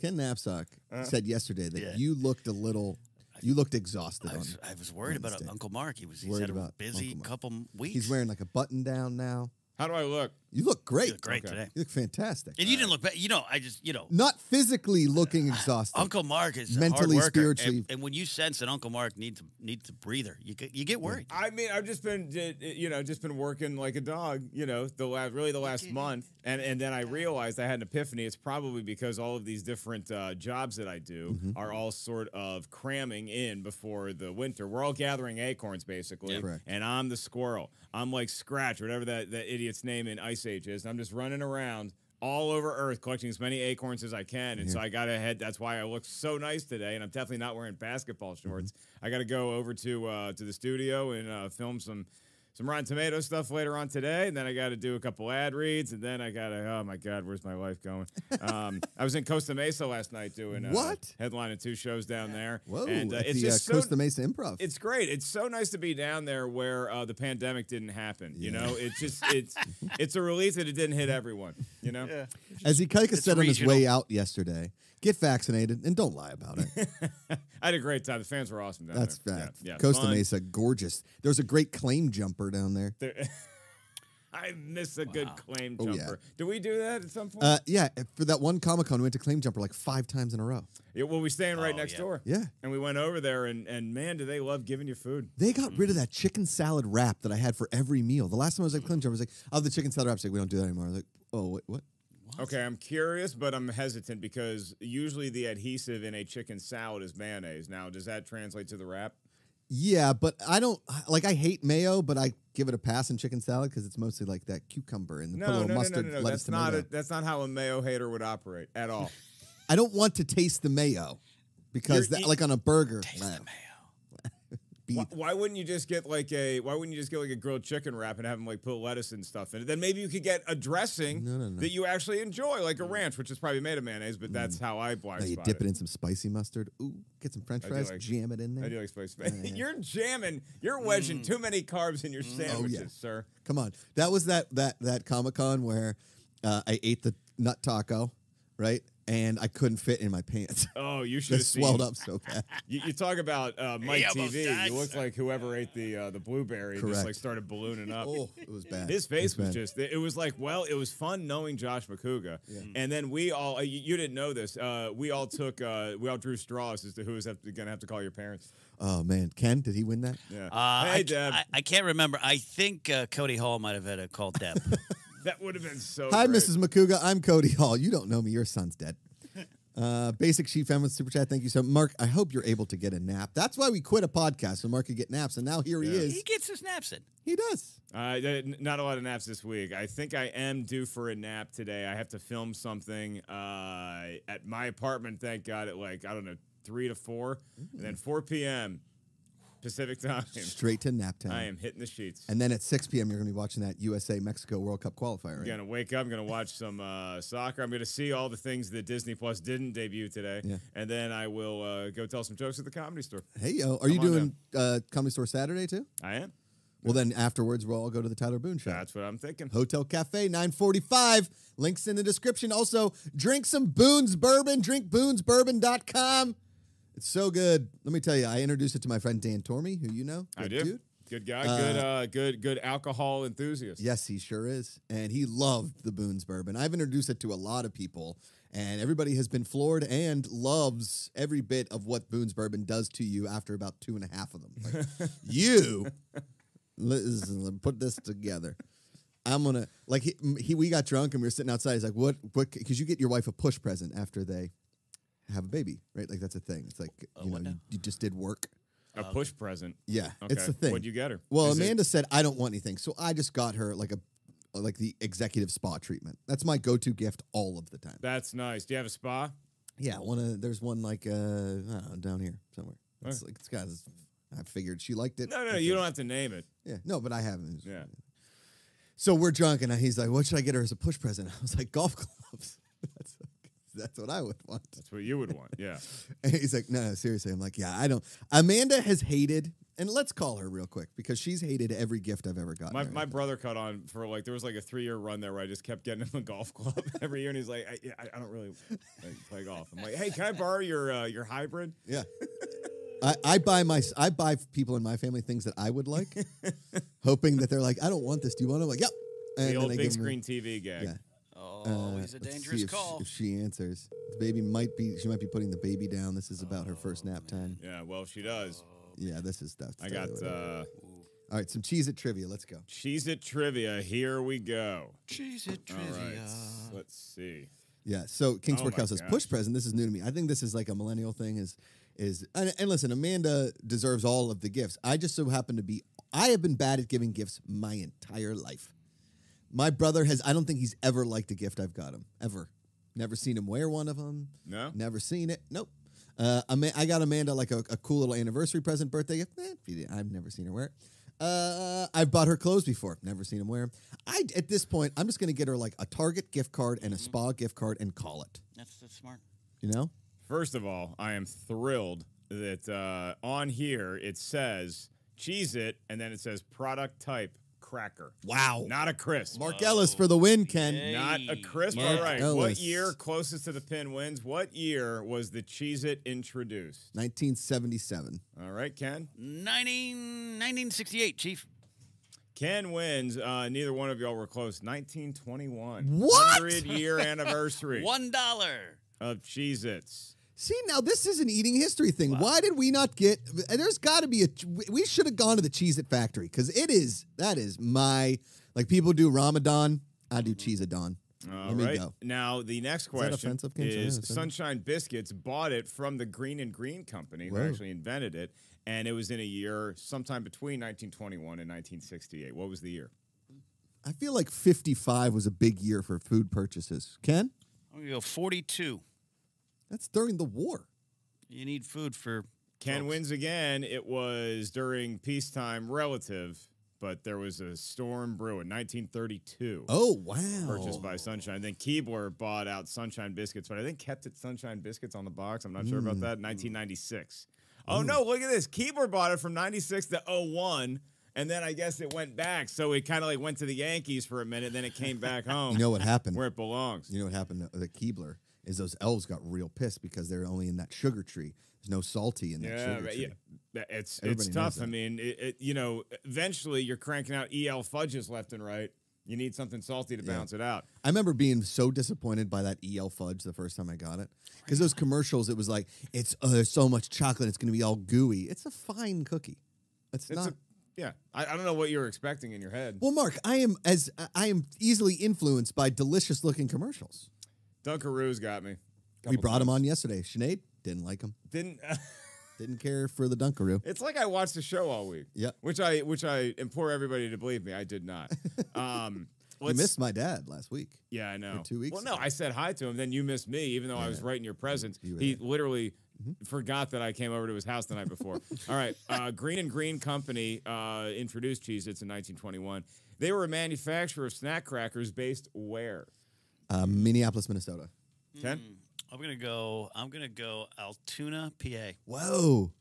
Speaker 2: Ken Knapsack
Speaker 3: Uh.
Speaker 2: said yesterday that
Speaker 1: Yeah.
Speaker 2: you looked a little, you looked exhausted.
Speaker 1: [LAUGHS] I
Speaker 2: on
Speaker 1: was, I was worried about
Speaker 2: Wednesday.
Speaker 1: Uncle Mark. He was he's
Speaker 2: Worried
Speaker 1: had a
Speaker 2: about
Speaker 1: busy
Speaker 2: Uncle Mark.
Speaker 1: couple m- weeks.
Speaker 2: He's wearing like a button down now.
Speaker 3: How do I look?
Speaker 2: You look great.
Speaker 1: You look great
Speaker 3: Okay.
Speaker 1: today.
Speaker 2: You look fantastic.
Speaker 1: And you didn't look bad. You know, I just you know,
Speaker 2: Not physically looking exhausted.
Speaker 1: Uncle Mark is
Speaker 2: Mentally,
Speaker 1: a hard worker, and-
Speaker 2: spiritually-
Speaker 1: and, when you sense that Uncle Mark needs a- needs a breather, you get, you get worried.
Speaker 3: I mean, I've just been, j- you know, just been working like a dog, you know, the last really the last month, and and then I realized I had an epiphany. It's probably because all of these different uh, jobs that I do are all sort of cramming in before the winter. We're all gathering acorns basically,
Speaker 1: Yeah.
Speaker 2: Correct.
Speaker 3: and I'm the squirrel. I'm like Scratch, whatever that that idiot's name in Ice Age is. And I'm just running around. All over Earth, collecting as many acorns as I can, and so I got ahead. That's why I look so nice today, and I'm definitely not wearing basketball
Speaker 2: Mm-hmm.
Speaker 3: shorts. I got to go over to uh, to the studio and uh, film some some Rotten Tomato stuff later on today, and then I got to do a couple ad reads, and then I got to. Oh my God, where's my
Speaker 2: [LAUGHS]
Speaker 3: life going? Um, I was in Costa Mesa last night doing uh,
Speaker 2: What?
Speaker 3: headlining two shows down there.
Speaker 2: Whoa,
Speaker 3: and uh,
Speaker 2: at
Speaker 3: it's
Speaker 2: the
Speaker 3: just
Speaker 2: uh,
Speaker 3: so
Speaker 2: Costa Mesa Improv.
Speaker 3: it's great. It's so nice to be down there where uh, the pandemic didn't happen. You
Speaker 2: Yeah.
Speaker 3: know, it's
Speaker 2: [LAUGHS]
Speaker 3: just it's it's a relief that it didn't hit everyone. You know,
Speaker 2: As Ikaika said on his
Speaker 1: regional.
Speaker 2: way out yesterday, get vaccinated and don't lie about
Speaker 3: [LAUGHS]
Speaker 2: it.
Speaker 3: I had a great time. The fans were awesome down
Speaker 2: That's
Speaker 3: there.
Speaker 2: fact.
Speaker 3: Yeah, yeah.
Speaker 2: Costa
Speaker 3: Fun.
Speaker 2: Mesa, gorgeous. There was a great claim jumper down there.
Speaker 3: There- I miss a good claim
Speaker 2: Oh,
Speaker 3: jumper.
Speaker 2: yeah.
Speaker 3: Do we do that at some point?
Speaker 2: Uh, yeah, for that one Comic Con, we went to claim jumper like five times in a row.
Speaker 3: Yeah, well, we staying right
Speaker 1: Oh,
Speaker 3: next
Speaker 1: yeah.
Speaker 3: door.
Speaker 2: Yeah.
Speaker 3: And we went over there, and and man, do they love giving you food.
Speaker 2: They got rid
Speaker 3: Mm.
Speaker 2: of that chicken salad wrap that I had for every meal. The last time I was at claim jumper, I was like, "Oh, the chicken salad wrap." She's like, "We don't do that anymore." I was like, "Oh, wait, what?" What?
Speaker 3: Okay, I'm curious, but I'm hesitant because usually the adhesive in a chicken salad is mayonnaise. Now, does that translate to the wrap?
Speaker 2: Yeah, but I don't like. I hate mayo, but I give it a pass in chicken salad because it's mostly like that cucumber and put a
Speaker 3: No,
Speaker 2: little
Speaker 3: no, no, no, no,
Speaker 2: mustard,
Speaker 3: no.
Speaker 2: lettuce,
Speaker 3: That's not
Speaker 2: tomato.
Speaker 3: a, that's not how a mayo hater would operate at all.
Speaker 2: I don't want to taste the mayo because
Speaker 3: You're
Speaker 2: that,
Speaker 3: e eat-
Speaker 2: like on a burger,
Speaker 1: Taste
Speaker 2: man,
Speaker 1: the mayo.
Speaker 2: be-
Speaker 3: why, why wouldn't you just get like a why wouldn't you just get like a grilled chicken wrap and have them like put lettuce and stuff in it? Then maybe you could get a dressing
Speaker 2: No, no, no.
Speaker 3: that you actually enjoy, like a ranch, which is probably made of mayonnaise. But that's how I blind
Speaker 2: No, you
Speaker 3: spot
Speaker 2: dip it in some spicy mustard. Ooh, get some French
Speaker 3: I do
Speaker 2: fries,
Speaker 3: like-
Speaker 2: jam it in there.
Speaker 3: I do like spicy. [LAUGHS] you're jamming. You're wedging too many carbs in your sandwiches, sir.
Speaker 2: Come on, that was that that that Comic Con where uh, I ate the nut taco, right? And I couldn't fit in my pants. [LAUGHS]
Speaker 3: Oh, you should
Speaker 2: They
Speaker 3: have
Speaker 2: swelled
Speaker 3: seen.
Speaker 2: up so bad.
Speaker 3: You, you talk about uh, Mike
Speaker 1: He almost
Speaker 3: TV.
Speaker 1: died,
Speaker 3: You look
Speaker 1: sir.
Speaker 3: like whoever ate the uh, the blueberry
Speaker 2: Correct.
Speaker 3: just like started ballooning [LAUGHS] up. [LAUGHS]
Speaker 2: Oh, it was bad.
Speaker 3: His
Speaker 2: It
Speaker 3: face was
Speaker 2: bad.
Speaker 3: just, it was like, well, it was fun knowing Josh McCouga. And then we all, uh, you, you didn't know this, uh, we all took, uh, we all drew straws as to who was going to have to call your parents.
Speaker 2: Oh man, Ken, did he win that?
Speaker 3: Yeah.
Speaker 1: Uh,
Speaker 3: hey,
Speaker 1: I,
Speaker 3: Deb.
Speaker 1: I, I can't remember. I think uh, Cody Hall might have had a call Deb.
Speaker 3: that would have been so
Speaker 2: Hi,
Speaker 3: Oh, great.
Speaker 2: Mrs. McCouga. I'm Cody Hall. You don't know me. Your son's dead. [LAUGHS] Uh, basic sheep family super chat. Thank you so much. Mark, I hope you're able to get a nap. That's why we quit a podcast so Mark could get naps. And now here he
Speaker 3: Yeah.
Speaker 1: he
Speaker 2: [LAUGHS] is.
Speaker 1: gets his naps in.
Speaker 2: He does.
Speaker 3: Uh, th- n- not a lot of naps this week. I think I am due for a nap today. I have to film something uh, at my apartment. Thank God at like I don't know three to 4 and
Speaker 2: Mm.
Speaker 3: then four p.m. Pacific [LAUGHS] time.
Speaker 2: Straight to nap time.
Speaker 3: I am hitting the sheets.
Speaker 2: And then at 6 p.m., you're going to be watching that USA Mexico World Cup qualifier.
Speaker 3: I'm
Speaker 2: Right?
Speaker 3: gonna wake up. I'm gonna watch
Speaker 2: [LAUGHS]
Speaker 3: some uh, soccer. I'm gonna see all the things that Disney Plus didn't debut today,
Speaker 2: Yeah.
Speaker 3: and then I will uh, go tell some jokes at the comedy store.
Speaker 2: Hey, yo. Are you
Speaker 3: Come on
Speaker 2: doing uh, Comedy Store Saturday too?
Speaker 3: I am.
Speaker 2: Well, then afterwards, we'll all go to the Tyler Boone show.
Speaker 3: That's what I'm thinking.
Speaker 2: Hotel Cafe, 945. Links in the description. Also, drink some Boone's Bourbon. Drink Boone'sBourbon.com. It's so good. Let me tell you, I introduced it to my friend Dan Tormey, who you know.
Speaker 3: I
Speaker 2: Good
Speaker 3: do.
Speaker 2: dude.
Speaker 3: Good guy. good. Uh, good. Good alcohol enthusiast.
Speaker 2: Yes, he sure is. And he loved the Boone's Bourbon. I've introduced it to a lot of people, and everybody has been floored and loves every bit of what Boone's Bourbon does to you after about two and a half of them. Like, you, listen, put this together. I'm gonna like he, he. We got drunk and we were sitting outside. He's like, "What? What? Because you get your wife a push present after they have a baby, right? Like that's a thing. It's like you know,
Speaker 1: what
Speaker 2: you,
Speaker 1: now?
Speaker 2: you just did work.
Speaker 3: A push present.
Speaker 2: Yeah,
Speaker 3: Okay.
Speaker 2: it's the thing.
Speaker 3: What'd you get her?
Speaker 2: Well,
Speaker 3: Is it-
Speaker 2: Amanda said I don't want anything, so I just got her like a like the executive spa treatment. That's my go-to gift all of the time.
Speaker 3: That's nice. Do you have a spa?
Speaker 2: yeah, one of there's one like uh I don't know, down here somewhere. It's like it's got. I figured she liked it.
Speaker 3: No, no,
Speaker 2: I
Speaker 3: you
Speaker 2: figured-
Speaker 3: don't have to name it.
Speaker 2: Yeah, no, but I haven't.
Speaker 3: Yeah.
Speaker 2: So we're drunk, and he's like, "What should I get her as a push present?" [LAUGHS] I was like, "Golf clubs." [LAUGHS] that's that's what I would want.
Speaker 3: That's what you would want. [LAUGHS] Yeah.
Speaker 2: And he's like, no, no, seriously. I'm like, yeah, I don't. Amanda has hated, and let's call her real quick because she's hated every gift I've ever gotten.
Speaker 3: My,
Speaker 2: her.
Speaker 3: my brother cut on for like, there was like a three year run there where I just kept getting him a golf club [LAUGHS] every year. And he's like, I, yeah, I, I don't really like, play golf. I'm like, hey, can I borrow your uh, your hybrid?
Speaker 2: yeah. I, I buy my I buy people in my family things that I would like,
Speaker 3: [LAUGHS]
Speaker 2: hoping that they're like, I don't want this. Do you want it? I'm like, yep. And
Speaker 3: The
Speaker 2: then
Speaker 3: old
Speaker 2: I
Speaker 3: big
Speaker 2: give 'em-
Speaker 3: screen TV gag.
Speaker 2: Yeah.
Speaker 1: Oh,
Speaker 2: uh,
Speaker 1: he's a
Speaker 2: let's see
Speaker 1: dangerous
Speaker 2: if she-
Speaker 1: call.
Speaker 2: If she answers, the baby might be. She might be putting the baby down. This is about her first nap
Speaker 1: Oh,
Speaker 2: time.
Speaker 3: Yeah, well, if she does.
Speaker 2: Yeah, this is stuff.
Speaker 3: I got uh,
Speaker 2: All right, some cheese at trivia. Let's go.
Speaker 3: Cheese It Trivia. Here we go.
Speaker 1: Cheese it
Speaker 3: All right.
Speaker 1: trivia.
Speaker 3: Let's see.
Speaker 2: Yeah. So King's
Speaker 3: Oh my
Speaker 2: Workhouse says
Speaker 3: gosh.
Speaker 2: push present. This is new to me. I think this is like a millennial thing. Is is and, and listen, Amanda deserves all of the gifts. I just so happen to be. I have been bad at giving gifts my entire life. My brother has. I don't think he's ever liked a gift I've got him ever. Never seen him wear one of them.
Speaker 3: No?
Speaker 2: Never seen it. Nope. Uh, Ama- I got Amanda like a, a cool little anniversary present, birthday gift. Eh, she didn't- I've never seen her wear it. Uh, I've bought her clothes before. Never seen them wear 'em. I at this point, I'm just gonna get her like a Target gift card and a spa gift card and call it.
Speaker 1: That's, that's smart.
Speaker 2: You know?
Speaker 3: First of all, I am thrilled that uh, on here it says Cheese It and then it says product type cracker.
Speaker 2: Wow.
Speaker 3: Not a crisp.
Speaker 2: Mark Ellis for the win, Ken.
Speaker 1: yeah.
Speaker 3: Not a crisp.
Speaker 1: Mark
Speaker 3: All right. What
Speaker 2: Ellis.
Speaker 3: year closest to the pin wins? What year was the Cheese It introduced?
Speaker 2: 1977.
Speaker 3: All right, Ken.
Speaker 1: 19, 1968, Chief.
Speaker 3: Ken wins. Uh, neither one of y'all were close. 1921.
Speaker 2: What?
Speaker 3: 100
Speaker 2: [LAUGHS]
Speaker 3: year anniversary
Speaker 1: One dollar.
Speaker 3: of Cheez Its.
Speaker 2: See, now this is an eating history thing. Why did we not get? There's got to be a. We should have gone to the Cheez It Factory because it is that is my like people do Ramadan. I do Cheez It Don.
Speaker 3: All
Speaker 2: Let me
Speaker 3: right.
Speaker 2: go.
Speaker 3: Now the next
Speaker 2: that
Speaker 3: question
Speaker 2: offensive, Kim? Sorry,
Speaker 3: is
Speaker 2: that's fine.
Speaker 3: Sunshine Biscuits bought it from the Green and Green Company,
Speaker 2: Whoa.
Speaker 3: who actually invented it, and it was in a year sometime between 1921 and 1968. What was the year?
Speaker 2: I feel like 55 was a big year for food purchases. Ken,
Speaker 1: I'm gonna go 42.
Speaker 2: that's during the war.
Speaker 1: You need food for
Speaker 3: Ken
Speaker 1: folks.
Speaker 3: wins again. It was during peacetime, relative, but there was a storm brew in 1932.
Speaker 2: Oh wow!
Speaker 3: Purchased by Sunshine. Then Keebler bought out Sunshine Biscuits, but I think kept it Sunshine Biscuits on the box. I'm not sure about
Speaker 2: Hmm.
Speaker 3: that. 1996. Oh no, look at this. Keebler bought it from 96 to 01, and then I guess it went back. So it kind of like went to the Yankees for a minute, then it came
Speaker 2: [LAUGHS]
Speaker 3: back home
Speaker 2: You know what happened?
Speaker 3: where it belongs.
Speaker 2: You know what happened to the Keebler is those elves got real pissed because they're only in that sugar tree. There's no salty in that
Speaker 3: Yeah,
Speaker 2: sugar
Speaker 3: right,
Speaker 2: tree.
Speaker 3: yeah. That- It's
Speaker 2: Everybody
Speaker 3: it's
Speaker 2: knows
Speaker 3: tough.
Speaker 2: that.
Speaker 3: I mean, it, it, you know, eventually you're cranking out EL fudges left and right. You need something salty to balance it out.
Speaker 2: I remember being so disappointed by that EL fudge the first time I got it because those commercials it was like it's uh, there's so much chocolate it's going to be all gooey. It's a fine cookie. It's,
Speaker 3: It's
Speaker 2: not.
Speaker 3: a, yeah. I, I don't know what you were expecting in your head.
Speaker 2: well, Mark, I am as I- I am easily influenced by delicious looking commercials.
Speaker 3: Dunkaroos got me.
Speaker 2: we
Speaker 3: Couple
Speaker 2: brought them
Speaker 3: times.
Speaker 2: on yesterday. Sinead didn't like them.
Speaker 3: Didn't [LAUGHS]
Speaker 2: Didn't care for the Dunkaroo.
Speaker 3: it's like I watched the show all week.
Speaker 2: Yeah.
Speaker 3: Which I which I implore everybody to believe me. I
Speaker 2: [LAUGHS]
Speaker 3: did not. Um
Speaker 2: you
Speaker 3: let's-
Speaker 2: missed my dad last week.
Speaker 3: Yeah, I know.
Speaker 2: two weeks
Speaker 3: Well, no,
Speaker 2: ago.
Speaker 3: I said hi to him. Then you missed me, even though I was right in your presence.
Speaker 2: you were
Speaker 3: he
Speaker 2: there. Mm-hmm.
Speaker 3: literally forgot that I came over to his house the
Speaker 2: [LAUGHS]
Speaker 3: night before. All right, uh, Green and Green Company uh, introduced Cheez-Its in 1921. They were a manufacturer of snack crackers based where?
Speaker 2: Uh, Minneapolis, Minnesota.
Speaker 3: Ken?
Speaker 1: Hmm. I'm gonna go. I'm gonna go Altoona, PA.
Speaker 2: Whoa.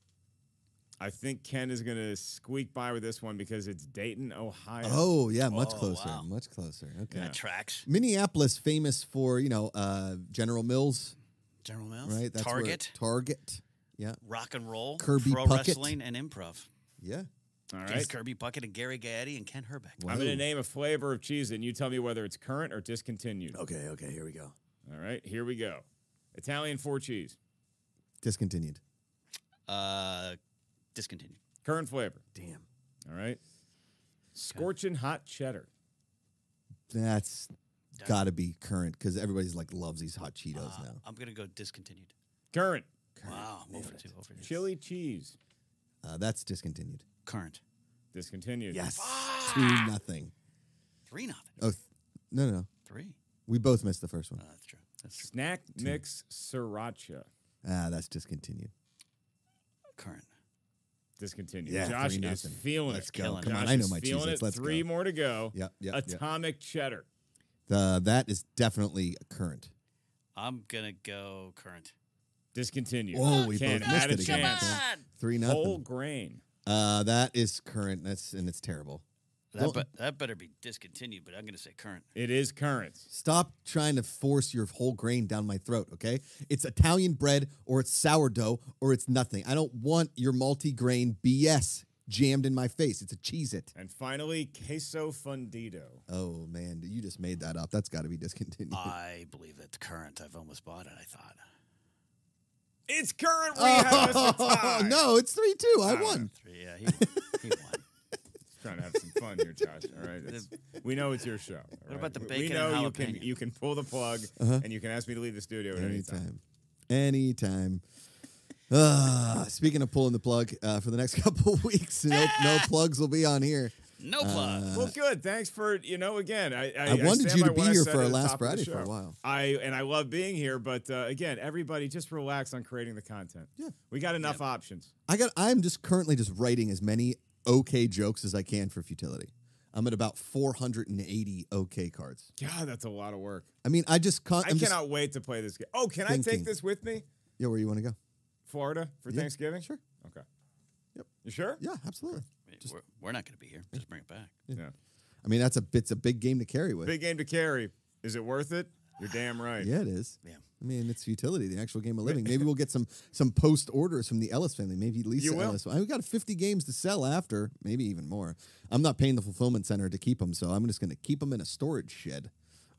Speaker 3: I think Ken is going to squeak by with this one because it's Dayton, Ohio.
Speaker 2: Oh yeah, much
Speaker 1: Oh,
Speaker 2: closer.
Speaker 1: wow.
Speaker 2: Much closer. Okay.
Speaker 3: Yeah.
Speaker 1: That tracks.
Speaker 2: Minneapolis, famous for you know uh, General Mills,
Speaker 1: General Mills.
Speaker 2: right? where-
Speaker 1: Oh, Target.
Speaker 2: Target. Yeah.
Speaker 1: rock and roll.
Speaker 2: Kirby
Speaker 1: pro
Speaker 2: Puckett.
Speaker 1: wrestling and improv.
Speaker 2: Yeah.
Speaker 3: All
Speaker 1: Just
Speaker 3: right.
Speaker 1: Kirby Bucket and Gary Gaddy and Ken Herbeck.
Speaker 2: Wow.
Speaker 3: I'm going
Speaker 2: Whoa.
Speaker 3: to name a flavor of cheese and you tell me whether it's current or discontinued.
Speaker 2: Okay. Okay. Here we go.
Speaker 3: All right, here we go. Italian four cheese.
Speaker 2: Discontinued.
Speaker 1: Uh, discontinued.
Speaker 3: Current flavor.
Speaker 2: Damn.
Speaker 3: All right. Scorching hot cheddar.
Speaker 2: That's
Speaker 1: Done.
Speaker 2: got to be current because everybody's like loves these hot Cheetos
Speaker 1: Uh,
Speaker 2: now.
Speaker 1: I'm gonna go discontinued.
Speaker 3: Current.
Speaker 1: Wow, I'm over two, over two.
Speaker 3: Chili cheese.
Speaker 2: Uh, that's discontinued.
Speaker 1: Current.
Speaker 3: Discontinued.
Speaker 2: Yes. Two nothing.
Speaker 1: Three nothing.
Speaker 2: Oh, th- no, no, no.
Speaker 1: Three.
Speaker 2: We both missed the first one.
Speaker 1: Oh, that's true. That's true.
Speaker 3: Snack mix sriracha.
Speaker 2: Ah, that's discontinued.
Speaker 1: Current.
Speaker 3: Discontinued.
Speaker 2: Yeah,
Speaker 3: Josh
Speaker 2: three
Speaker 3: is
Speaker 2: nothing.
Speaker 3: feeling
Speaker 2: Let's
Speaker 3: it.
Speaker 2: go.
Speaker 1: Killing
Speaker 2: Come
Speaker 1: it.
Speaker 2: on,
Speaker 3: Josh
Speaker 2: I know
Speaker 3: is
Speaker 2: my
Speaker 3: feeling
Speaker 2: Cheez-Its.
Speaker 3: it.
Speaker 2: Let's
Speaker 3: Three
Speaker 2: go.
Speaker 3: more to go.
Speaker 2: Yep, yep, yep.
Speaker 3: Atomic cheddar.
Speaker 2: The, that is definitely current.
Speaker 1: I'm gonna go current.
Speaker 3: Discontinued.
Speaker 2: Oh, we
Speaker 3: Ken,
Speaker 2: both missed
Speaker 3: add a
Speaker 2: it again.
Speaker 3: chance.
Speaker 2: Okay. Three nothing.
Speaker 3: Whole grain.
Speaker 2: Uh, that is current. That's and it's terrible.
Speaker 1: That,
Speaker 2: Well-
Speaker 1: be- that better be discontinued, but I'm gonna say current.
Speaker 3: It is current.
Speaker 2: Stop trying to force your whole grain down my throat. Okay, it's Italian bread or it's sourdough or it's nothing. I don't want your multi-grain BS jammed in my face. It's a cheese it.
Speaker 3: And finally, queso fundido.
Speaker 2: Oh man, you just made that up. That's got to be discontinued. [LAUGHS]
Speaker 1: I believe it's current. I've almost bought it. I thought.
Speaker 3: It's current. We have us a tie.
Speaker 2: Oh, [LAUGHS] no, it's three two. I
Speaker 3: don't know.
Speaker 2: won.
Speaker 1: Three. Yeah, he won. he won.
Speaker 2: [LAUGHS]
Speaker 3: trying to have some fun here, Josh. All right, It's- we know it's your show. all right?
Speaker 1: about the
Speaker 3: We-
Speaker 1: bacon
Speaker 3: We know
Speaker 1: and
Speaker 3: you can
Speaker 1: jalapeno?
Speaker 3: you can pull the plug
Speaker 2: Uh-huh.
Speaker 3: and you can ask me to leave the studio at any time.
Speaker 2: Anytime, anytime. Ah, speaking of pulling the plug, uh, for the next [LAUGHS] couple of weeks, no,
Speaker 3: [LAUGHS]
Speaker 2: no plugs will be on here.
Speaker 1: No
Speaker 2: Uh,
Speaker 1: plug.
Speaker 3: Well, good. Thanks for you know again. I I,
Speaker 2: I wanted
Speaker 3: stand
Speaker 2: you
Speaker 3: by
Speaker 2: to be
Speaker 3: what I
Speaker 2: here
Speaker 3: said
Speaker 2: for
Speaker 3: at
Speaker 2: our
Speaker 3: the
Speaker 2: last
Speaker 3: top of the
Speaker 2: Friday for a
Speaker 3: show.
Speaker 2: while.
Speaker 3: I and I love being here, but uh, again, everybody just relax on creating the content.
Speaker 2: Yeah.
Speaker 3: we got enough options.
Speaker 2: I got. I'm just currently just writing as many okay jokes as I can for futility. I'm at about 480 okay cards.
Speaker 3: God, that's a lot of work.
Speaker 2: I mean, I just con-
Speaker 3: I
Speaker 2: I'm just-
Speaker 3: cannot wait to play this game. Oh, can I
Speaker 2: Thinking.
Speaker 3: take this with me,
Speaker 2: yeah, where you want to go?
Speaker 3: Florida, for
Speaker 2: Yeah,
Speaker 3: Thanksgiving?
Speaker 2: Sure.
Speaker 3: Okay.
Speaker 2: Yep.
Speaker 3: You sure?
Speaker 2: Yeah, absolutely.
Speaker 1: we're, we're not gonna be here. Just bring it back.
Speaker 3: Yeah.
Speaker 2: I mean, that's a it's a big game to carry with.
Speaker 3: Big game to carry. Is it worth it? You're damn right.
Speaker 2: Yeah, it is.
Speaker 1: Yeah.
Speaker 2: I mean, it's futility, the actual game of living.
Speaker 3: [LAUGHS]
Speaker 2: Maybe we'll get some some post orders from the Ellis family. Maybe Lisa
Speaker 3: will.
Speaker 2: Ellis. I've got 50 games to sell after, maybe even more. I'm not paying the fulfillment center to keep them, so I'm just going to keep them in a storage shed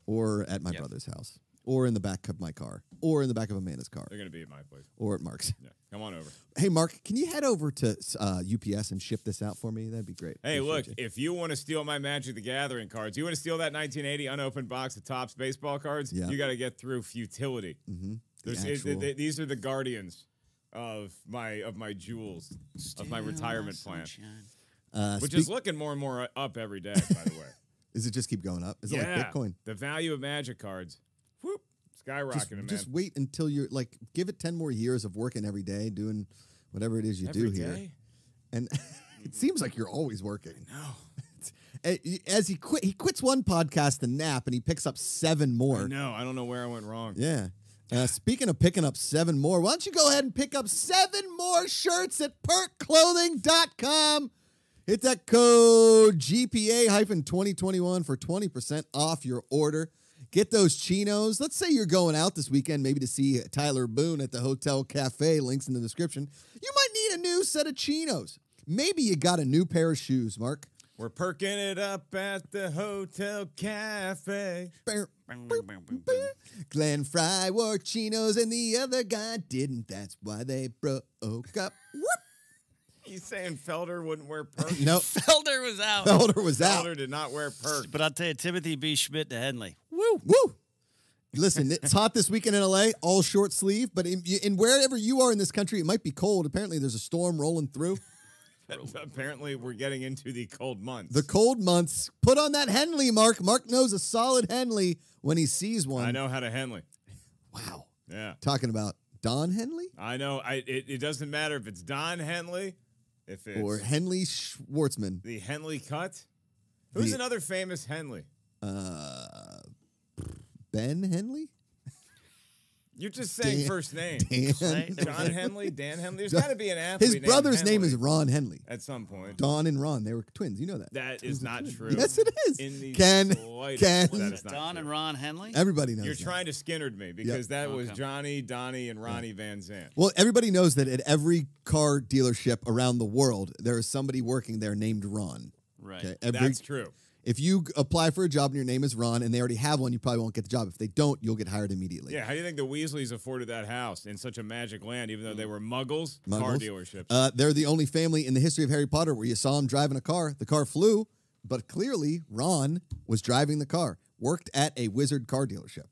Speaker 2: or at my brother's house. or in the back of my car, or in the back of Amanda's car,
Speaker 3: They're gonna be at my place.
Speaker 2: or at Mark's. [LAUGHS]
Speaker 3: Yeah, come on over.
Speaker 2: Hey, Mark, can you head over to uh, UPS and ship this out for me? That'd be great.
Speaker 3: Hey,
Speaker 2: Appreciate
Speaker 3: look,
Speaker 2: you.
Speaker 3: if you want to steal my Magic the Gathering cards, you want to steal that 1980 unopened box of Topps baseball cards,
Speaker 2: Yeah.
Speaker 3: you got to get through futility.
Speaker 2: Mhm. The
Speaker 3: There's, it,
Speaker 2: actual-
Speaker 3: th- th- these are the guardians of my of my jewels of my retirement plan,
Speaker 2: Uh,
Speaker 3: which
Speaker 2: speak-
Speaker 3: is looking more and more uh, up every day. By the
Speaker 2: [LAUGHS]
Speaker 3: way,
Speaker 2: Is it just keep going up? Is it like Bitcoin?
Speaker 3: the value of Magic cards, whoop, skyrocketing,
Speaker 2: Just,
Speaker 3: man.
Speaker 2: just wait until you're like, give it 10 more years of working every day, doing whatever it is you do
Speaker 3: Every
Speaker 2: here.
Speaker 3: day? Mm-hmm.
Speaker 2: And [LAUGHS] it seems like you're always working. No. As he quit, he quits one podcast to nap and he picks up seven more.
Speaker 3: No, I don't know where I went wrong.
Speaker 2: Yeah. Uh, speaking of picking up seven more, why don't you go ahead and pick up seven more shirts at perkclothing.com? Hit that code GPA hyphen 2021 for 20% off your order. Get those chinos. Let's say you're going out this weekend, maybe to see Tyler Boone at the Hotel Cafe. Links in the description. You might need a new set of chinos. Maybe you got a new pair of shoes, Mark.
Speaker 3: We're perking it up at the hotel cafe.
Speaker 2: Bear, Glenn Fry wore chinos and the other guy didn't. That's why they broke up. Whoop.
Speaker 3: You saying Felder wouldn't wear perks?
Speaker 2: No,
Speaker 1: Felder was out.
Speaker 2: Felder was out.
Speaker 3: Felder did not wear [LAUGHS] perks.
Speaker 1: But I'll tell you, Timothy B. Schmidt to Henley.
Speaker 2: Woo. Woo. Listen, it's hot this weekend in LA, all short sleeve, but in, in wherever you are in this country, it might be cold. Apparently, there's a storm rolling through.
Speaker 3: Apparently, we're getting into the cold months.
Speaker 2: The cold months. Put on that Henley, Mark. Mark knows a solid Henley when he sees one.
Speaker 3: I know how to Henley.
Speaker 2: Wow.
Speaker 3: Yeah,
Speaker 2: Talking about Don Henley
Speaker 3: I know. I it, it doesn't matter if it's Don Henley, if it's
Speaker 2: or Henley Schwartzman.
Speaker 3: the Henley cut. Who's
Speaker 2: The-
Speaker 3: another famous Henley?
Speaker 2: Uh, Ben Henley?
Speaker 3: You're just saying
Speaker 2: Dan-
Speaker 3: first name.
Speaker 2: Dan.
Speaker 1: Right?
Speaker 3: John Henley, Dan Henley. There's got to be an athlete.
Speaker 2: His
Speaker 3: named
Speaker 2: brother's name
Speaker 3: Henley
Speaker 2: is Ron Henley.
Speaker 3: At some point,
Speaker 2: Don and Ron, they were twins. You know that.
Speaker 3: that is not true.
Speaker 2: Yes, it is.
Speaker 3: In the
Speaker 2: Ken,
Speaker 3: slightest.
Speaker 2: Ken.
Speaker 3: That is not
Speaker 1: Don
Speaker 3: true.
Speaker 1: and Ron Henley.
Speaker 2: Everybody knows.
Speaker 3: You're
Speaker 2: that.
Speaker 3: trying to Skinnerd me because that was
Speaker 1: Okay.
Speaker 3: Johnny, Donnie, and Ronnie Van Zant.
Speaker 2: Well, everybody knows that at every car dealership around the world, there is somebody working there named Ron.
Speaker 1: right.
Speaker 2: Okay. Every,
Speaker 3: That's true.
Speaker 2: if you g- apply for a job and your name is Ron and they already have one, you probably won't get the job. If they don't, you'll get hired immediately.
Speaker 3: Yeah, how do you think the Weasleys afforded that house in such a magic land, even though they were muggles, car
Speaker 2: Muggles.
Speaker 3: dealerships?
Speaker 2: Uh, they're the only family in the history of Harry Potter where you saw him driving a car. The car flew, but clearly Ron was driving the car, worked at a wizard car dealership.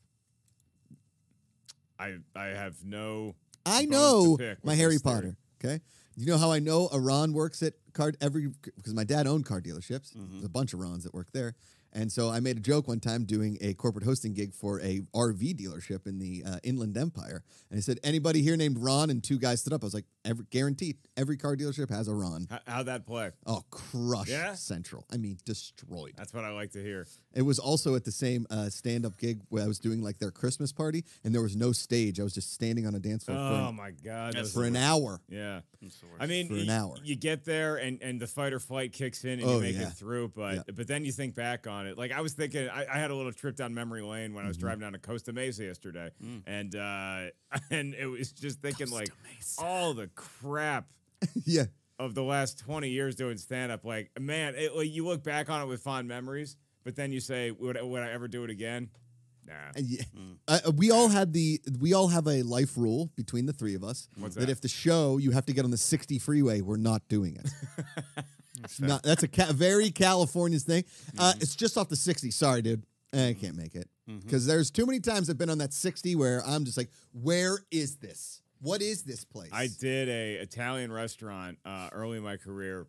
Speaker 3: I I have no.
Speaker 2: I
Speaker 3: bones to
Speaker 2: know
Speaker 3: pick with
Speaker 2: my Harry
Speaker 3: this theory.
Speaker 2: Potter. Okay, you know how I know a Ron works at car every because my dad owned car dealerships.
Speaker 3: Mm-hmm.
Speaker 2: There's a bunch of Rons that work there, and so I made a joke one time doing a corporate hosting gig for a RV dealership in the uh, Inland Empire, and I said, "Anybody here named Ron?" And two guys stood up. I was like, every, "Guaranteed, every car dealership has a Ron."
Speaker 3: How, how'd that play?
Speaker 2: Oh, crush
Speaker 3: Yeah?
Speaker 2: Central. I mean, destroyed.
Speaker 3: That's what I like to hear.
Speaker 2: It was also at the same uh, stand-up gig where I was doing like their Christmas party, and there was no stage. I was just standing on a dance floor
Speaker 3: Oh my god.
Speaker 1: That's
Speaker 3: those-
Speaker 2: for, an, for an hour. [LAUGHS]
Speaker 3: yeah.
Speaker 1: That's the worst.
Speaker 3: I mean,
Speaker 2: For an
Speaker 3: y-
Speaker 2: hour.
Speaker 3: you get there and, and the fight or flight kicks in and you
Speaker 2: Oh,
Speaker 3: make
Speaker 2: yeah.
Speaker 3: it through, but
Speaker 2: Yeah.
Speaker 3: but then you think back on it. Like I was thinking, I, I had a little trip down memory lane when I was
Speaker 2: Mm-hmm.
Speaker 3: driving down to Costa Mesa yesterday, and uh, [LAUGHS] and it was just thinking like uh, all the crap
Speaker 2: yeah.
Speaker 3: of the last 20 years doing stand up like man it, like, you look back on it with fond memories but then you say would, I- would i ever do it again nah
Speaker 2: And yeah,
Speaker 3: Mm.
Speaker 2: uh, we all had the we all have a life rule between the three of us
Speaker 3: What's that?
Speaker 2: if the show you have to get on the 60 freeway, we're not doing
Speaker 3: [LAUGHS]
Speaker 2: it. It's not- that's a ca- very California thing. Uh,
Speaker 3: Mm-hmm.
Speaker 2: it's just off the 60. Sorry, dude, Eh, I can't make it because there's too many times I've been on that 60 where I'm just like, where is this? What is this place?
Speaker 3: i did a italian restaurant uh, early in my career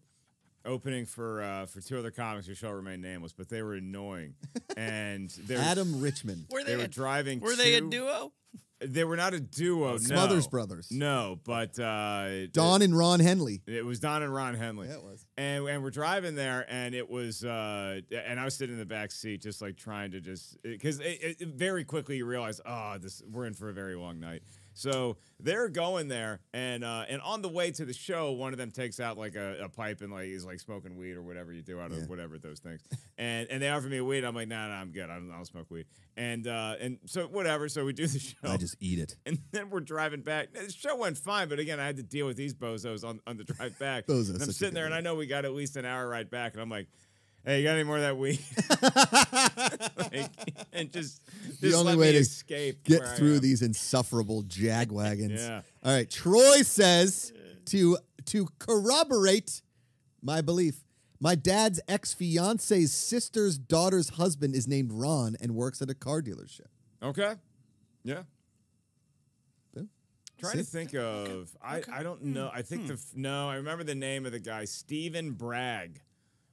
Speaker 3: opening for uh, for two other comics who shall remain nameless but they were annoying
Speaker 2: [LAUGHS]
Speaker 3: and they were,
Speaker 2: Adam Richmond.
Speaker 1: were
Speaker 3: they
Speaker 1: they,
Speaker 3: were
Speaker 1: a,
Speaker 3: driving
Speaker 1: were they a
Speaker 3: to-
Speaker 1: duo?
Speaker 3: they were not a duo
Speaker 2: Smothers
Speaker 3: no.
Speaker 2: Brothers.
Speaker 3: no but uh
Speaker 2: Don and Ron Henley.
Speaker 3: it, it was don and ron henley
Speaker 2: Yeah, it was.
Speaker 3: and and we're driving there and it was uh and i was sitting in the back seat just like trying to just because it, it, it- very quickly you realize oh this we're in for a very long night so they're going there and uh and on the way to the show one of them takes out like a, a pipe and like is like smoking weed or whatever you do out of
Speaker 2: Yeah.
Speaker 3: whatever those things and and they offer me weed i'm like nah, nah i'm good I don't, I don't smoke weed and uh and so whatever so we do the [LAUGHS] show
Speaker 2: I just eat it.
Speaker 3: and then we're driving back. The show went fine, but again, I had to deal with these bozos on, on the drive
Speaker 2: [LAUGHS]
Speaker 3: back.
Speaker 2: Bozos,
Speaker 3: and I'm
Speaker 2: such a
Speaker 3: sitting there,
Speaker 2: good
Speaker 3: and I know we got at least an hour ride back, and I'm like, hey, you got any more of that weed? [LAUGHS] Like, and just,
Speaker 2: [LAUGHS]
Speaker 3: just
Speaker 2: The only
Speaker 3: let
Speaker 2: way
Speaker 3: me
Speaker 2: to
Speaker 3: escape
Speaker 2: Get
Speaker 3: where I
Speaker 2: through
Speaker 3: am.
Speaker 2: these insufferable jag wagons.
Speaker 3: Yeah.
Speaker 2: All right. Troy says to to corroborate my belief, my dad's ex fiance's sister's daughter's husband is named Ron and works at a car dealership.
Speaker 3: Okay. Yeah.
Speaker 2: Yeah.
Speaker 3: Trying to
Speaker 2: See?
Speaker 3: think of I, I don't know. I think the f- no, I remember the name of the guy. Steven Bragg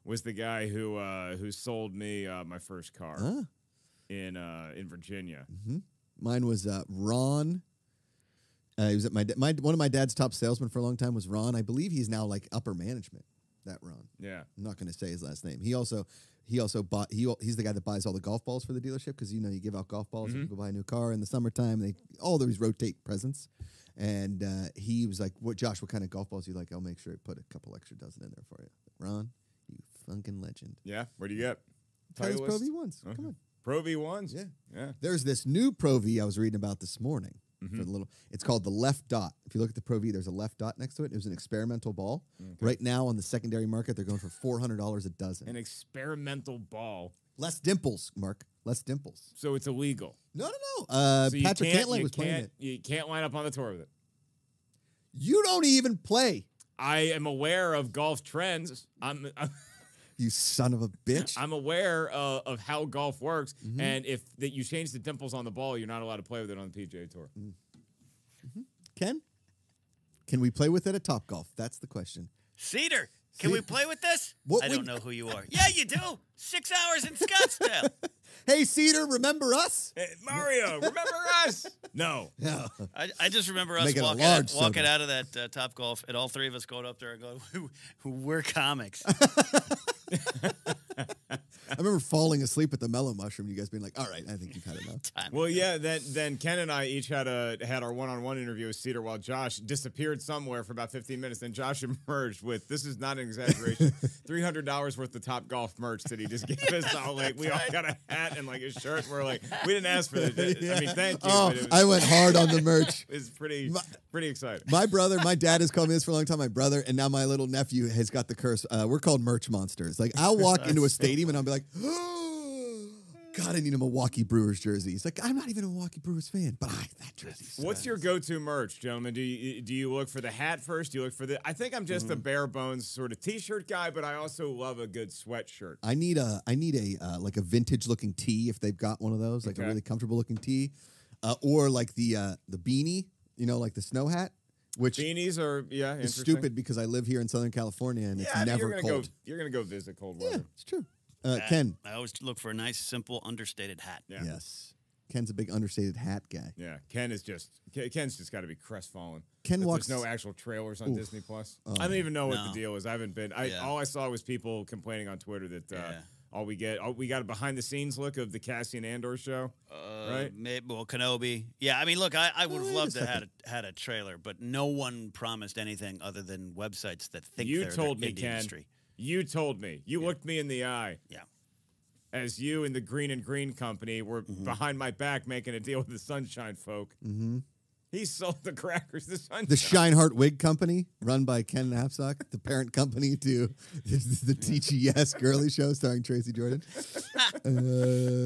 Speaker 3: was the guy who uh, who sold me uh, my first car
Speaker 2: Huh?
Speaker 3: in uh, in Virginia.
Speaker 2: Mm-hmm. Mine was uh, Ron. Uh, he was at my, da- my one of my dad's top salesmen for a long time was Ron. I believe he's now like upper management. That Ron.
Speaker 3: Yeah.
Speaker 2: I'm not going to say his last name. He also he also bought he al- he's the guy that buys all the golf balls for the dealership because you know you give out golf balls and people buy a new car in the summertime. They all these rotate presents, and uh, he was like, "What, Josh? What kind of golf balls do you like? I'll make sure I put a couple extra dozen in there for you." Ron, you funkin' legend.
Speaker 3: Yeah. What do you get?
Speaker 2: Titleist Pro
Speaker 3: Titleist?
Speaker 2: V ones.
Speaker 3: Okay.
Speaker 2: Come on.
Speaker 3: Pro V ones.
Speaker 2: Yeah.
Speaker 3: Yeah.
Speaker 2: There's this new Pro V I was reading about this morning. For the little, it's called the left dot. If you look at the Pro V, there's a left dot next to it. It was an experimental ball. Right now on the secondary market, they're going for four hundred dollars a dozen.
Speaker 3: An experimental ball.
Speaker 2: Less dimples, Mark. Less dimples.
Speaker 3: So it's illegal.
Speaker 2: No, no, no. Uh,
Speaker 3: so
Speaker 2: Patrick
Speaker 3: can't-
Speaker 2: Cantlay
Speaker 3: you
Speaker 2: was playing
Speaker 3: can't-
Speaker 2: it.
Speaker 3: You can't line up on the tour with it.
Speaker 2: You don't even play,
Speaker 3: I am aware of golf trends. I'm, [LAUGHS] I'm
Speaker 2: you son of a bitch.
Speaker 3: I'm aware uh, of how golf works,
Speaker 2: Mm-hmm.
Speaker 3: and if that you change the dimples on the ball, you're not allowed to play with it on the PGA Tour.
Speaker 2: Ken, can we play with it at Top Golf? That's the question.
Speaker 1: Cedar, can we
Speaker 2: Cedar.
Speaker 1: play with this?
Speaker 2: What
Speaker 1: I
Speaker 2: we-
Speaker 1: don't know who you
Speaker 2: [LAUGHS]
Speaker 1: are. Yeah, you do. Six hours in Scottsdale.
Speaker 2: Hey, Cedar, remember
Speaker 3: [LAUGHS]
Speaker 2: us?
Speaker 3: Hey, Mario, remember us? [LAUGHS] No.
Speaker 2: No.
Speaker 1: I, I just remember us
Speaker 2: Make it a
Speaker 1: walking,
Speaker 2: large
Speaker 1: out, walking
Speaker 2: soda.
Speaker 1: out of that uh, Top Golf, and all three of us going up there and going, "We're
Speaker 2: [LAUGHS]
Speaker 1: comics."
Speaker 2: I remember falling asleep at the mellow mushroom. You guys being like, "All right, I think you've had enough."
Speaker 3: Well, yeah. Then then Ken and I each had a had our one on one interview with Cedar while Josh disappeared somewhere for about 15 minutes. Then Josh [LAUGHS] emerged with this is not an
Speaker 2: [LAUGHS]
Speaker 3: exaggeration, three hundred dollars worth of Top Golf merch that he just gave us all. Like we all got a hat and like a shirt. We're like we
Speaker 2: [LAUGHS]
Speaker 3: didn't ask for this. [LAUGHS] I mean, thank you.
Speaker 2: Oh,
Speaker 3: but it was,
Speaker 2: I went hard on the merch.
Speaker 3: It's pretty
Speaker 2: My-
Speaker 3: pretty exciting.
Speaker 2: My brother, my dad has called me this for a long time. My brother, and now my little nephew has got the curse. Uh, we're called merch monsters. Like I'll walk into a stadium and I'll be like, [GASPS] God, I need a Milwaukee Brewers jersey. He's like, I'm not even a Milwaukee Brewers fan, but I that jersey.
Speaker 3: What's your go-to merch, gentlemen? Do you do you look for the hat first? Do you look for the? I think I'm just a
Speaker 2: Mm-hmm.
Speaker 3: bare bones sort of T-shirt guy, but I also love a good sweatshirt.
Speaker 2: I need a I need a uh, like a vintage looking tee if they've got one of those, like a
Speaker 3: Okay.
Speaker 2: really comfortable looking tee, uh, or like the uh, the beanie, you know, like the snow hat, which
Speaker 3: Beanies are yeah,
Speaker 2: is
Speaker 3: interesting.
Speaker 2: stupid because I live here in Southern California and
Speaker 3: Yeah,
Speaker 2: it's
Speaker 3: I mean,
Speaker 2: never
Speaker 3: you're gonna
Speaker 2: cold.
Speaker 3: go. You're gonna go visit cold
Speaker 2: yeah,
Speaker 3: weather.
Speaker 2: it's true. Uh, Ken,
Speaker 1: I always look for a nice, simple, understated hat.
Speaker 3: Yeah.
Speaker 2: Yes. Ken's a big understated hat guy.
Speaker 3: Yeah, Ken is just Ken- Ken's just got to be crestfallen.
Speaker 2: Ken
Speaker 3: that
Speaker 2: walks- Oh,
Speaker 3: There's no actual trailers on Disney Plus. I don't even know what the
Speaker 1: No.
Speaker 3: deal is. I haven't been. I
Speaker 1: Yeah.
Speaker 3: all I saw was people complaining on Twitter that uh,
Speaker 1: Yeah.
Speaker 3: all we get all, we got a behind the scenes look of the Cassian Andor show.
Speaker 1: Uh,
Speaker 3: Right.
Speaker 1: Maybe, well, Kenobi. Yeah, I mean, look, I, I would have
Speaker 2: Wait a
Speaker 1: loved to had
Speaker 2: second.
Speaker 1: a, had a trailer, but no one promised anything other than websites that think
Speaker 3: you
Speaker 1: they're the
Speaker 3: told me,
Speaker 1: indie
Speaker 3: Ken.
Speaker 1: industry.
Speaker 3: You told me. You looked me in the eye.
Speaker 1: Yeah.
Speaker 3: as you and the Green and Green Company were
Speaker 2: Mm-hmm.
Speaker 3: behind my back making a deal with the Sunshine Folk. Mm-hmm. He sold the crackers to Sunshine.
Speaker 2: The Shineheart Wig Company, run by Ken Knapsack, the parent company to [LAUGHS] the, the TGS Girly Show starring Tracy
Speaker 3: [LAUGHS]
Speaker 2: Jordan. Uh,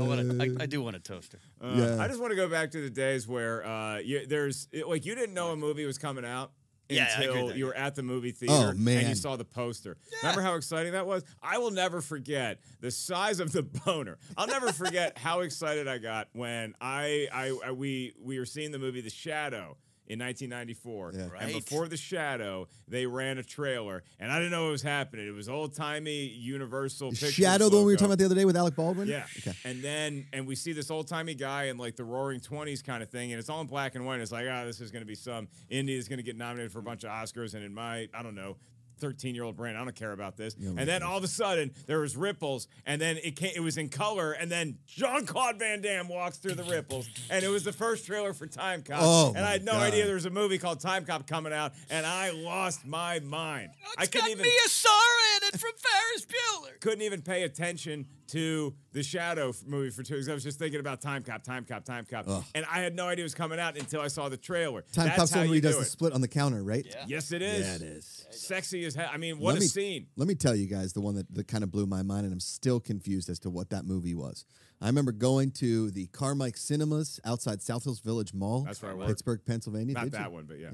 Speaker 1: I, wanna, I, I do want a toaster.
Speaker 3: Uh,
Speaker 2: yeah.
Speaker 3: I just want to go back to the days where uh, you, there's it- like you didn't know a movie was coming out.
Speaker 1: Yeah, I agree
Speaker 3: until
Speaker 1: with that,
Speaker 3: you
Speaker 1: yeah.
Speaker 3: were at the movie theater and you
Speaker 2: Oh, man.
Speaker 3: saw the poster. Remember how exciting that was? I will never forget the size of the [LAUGHS] boner. I'll never forget how excited I got when I, I, I we we were seeing the movie The Shadow in 1994.
Speaker 2: Yeah.
Speaker 1: Right.
Speaker 3: And before The Shadow, they ran a trailer and I didn't know what was happening. It was old-timey Universal Pictures
Speaker 2: Shadow, the one we were
Speaker 3: logo.
Speaker 2: talking about the other day with Alec Baldwin?
Speaker 3: Yeah.
Speaker 2: Okay.
Speaker 3: And then and we see this old timey guy in like the roaring twenties kind of thing, and it's all in black and white. It's like, ah, this is gonna be some indie is gonna get nominated for a bunch of Oscars, and in my I don't know. 13 year old brain, I don't care about this. and then all of a sudden, there was ripples, and then it came, it was in color, and then Jean Claude Van Damme walks through the ripples, and it was the first trailer for Time Cop.
Speaker 2: Oh,
Speaker 3: and I had
Speaker 2: my
Speaker 3: no idea
Speaker 2: God.
Speaker 3: there was a movie called Time Cop coming out, and I lost my mind. I
Speaker 1: It's
Speaker 3: couldn't
Speaker 1: got
Speaker 3: even
Speaker 1: Mia Sara in it from Ferris Bueller.
Speaker 3: couldn't even pay attention to the Shadow f- movie for two weeks. I was just thinking about Time Cop, Time Cop, Time Cop, and I had no idea it was coming out until I saw the trailer.
Speaker 2: Time
Speaker 3: That's
Speaker 2: Cop's
Speaker 3: how
Speaker 2: the one where he
Speaker 3: you
Speaker 2: does
Speaker 3: do
Speaker 2: the
Speaker 3: it.
Speaker 2: split on the counter, right?
Speaker 1: Yeah.
Speaker 3: Yes, it is.
Speaker 2: Yeah, it is.
Speaker 3: Sexy as hell. I mean, what
Speaker 2: let
Speaker 3: a
Speaker 2: me,
Speaker 3: scene.
Speaker 2: Let me tell you guys the one that, that kind of blew my mind, and I'm still confused as to what that movie was. I remember going to the Carmike Cinemas outside South Hills Village Mall,
Speaker 3: That's where I worked.
Speaker 2: Pittsburgh, Pennsylvania.
Speaker 3: Not
Speaker 2: Did you?
Speaker 3: that one, but yeah.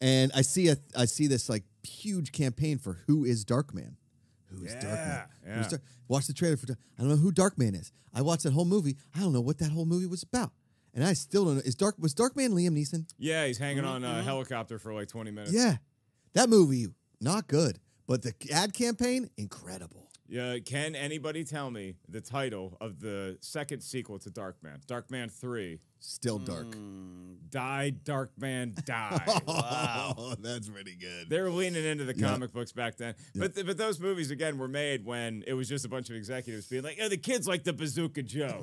Speaker 2: And I see a I see this like huge campaign for who is Darkman. Who is Darkman?
Speaker 3: Yeah,
Speaker 2: Who's
Speaker 3: yeah.
Speaker 2: Dark- Watch the trailer for. Dark- I don't know who Darkman is. I watched that whole movie. I don't know what that whole movie was about, and I still don't know. Is Dark was Darkman Liam Neeson?
Speaker 3: Yeah, he's hanging on a helicopter for like 20 minutes.
Speaker 2: Mm-hmm, Yeah, that movie not good, but the ad campaign incredible.
Speaker 3: Yeah, can anybody tell me the title of the second sequel to Darkman? Darkman 3.
Speaker 2: Still dark.
Speaker 3: Mm,
Speaker 2: [LAUGHS]
Speaker 3: Die, Darkman,
Speaker 2: Oh,
Speaker 3: die.
Speaker 2: Wow, that's pretty good.
Speaker 3: they were leaning into the
Speaker 2: Yeah.
Speaker 3: comic books back then. But th- but those movies again were made when it was just a bunch of executives being like, "Oh, the kids like the
Speaker 2: [LAUGHS]
Speaker 3: Bazooka Joe.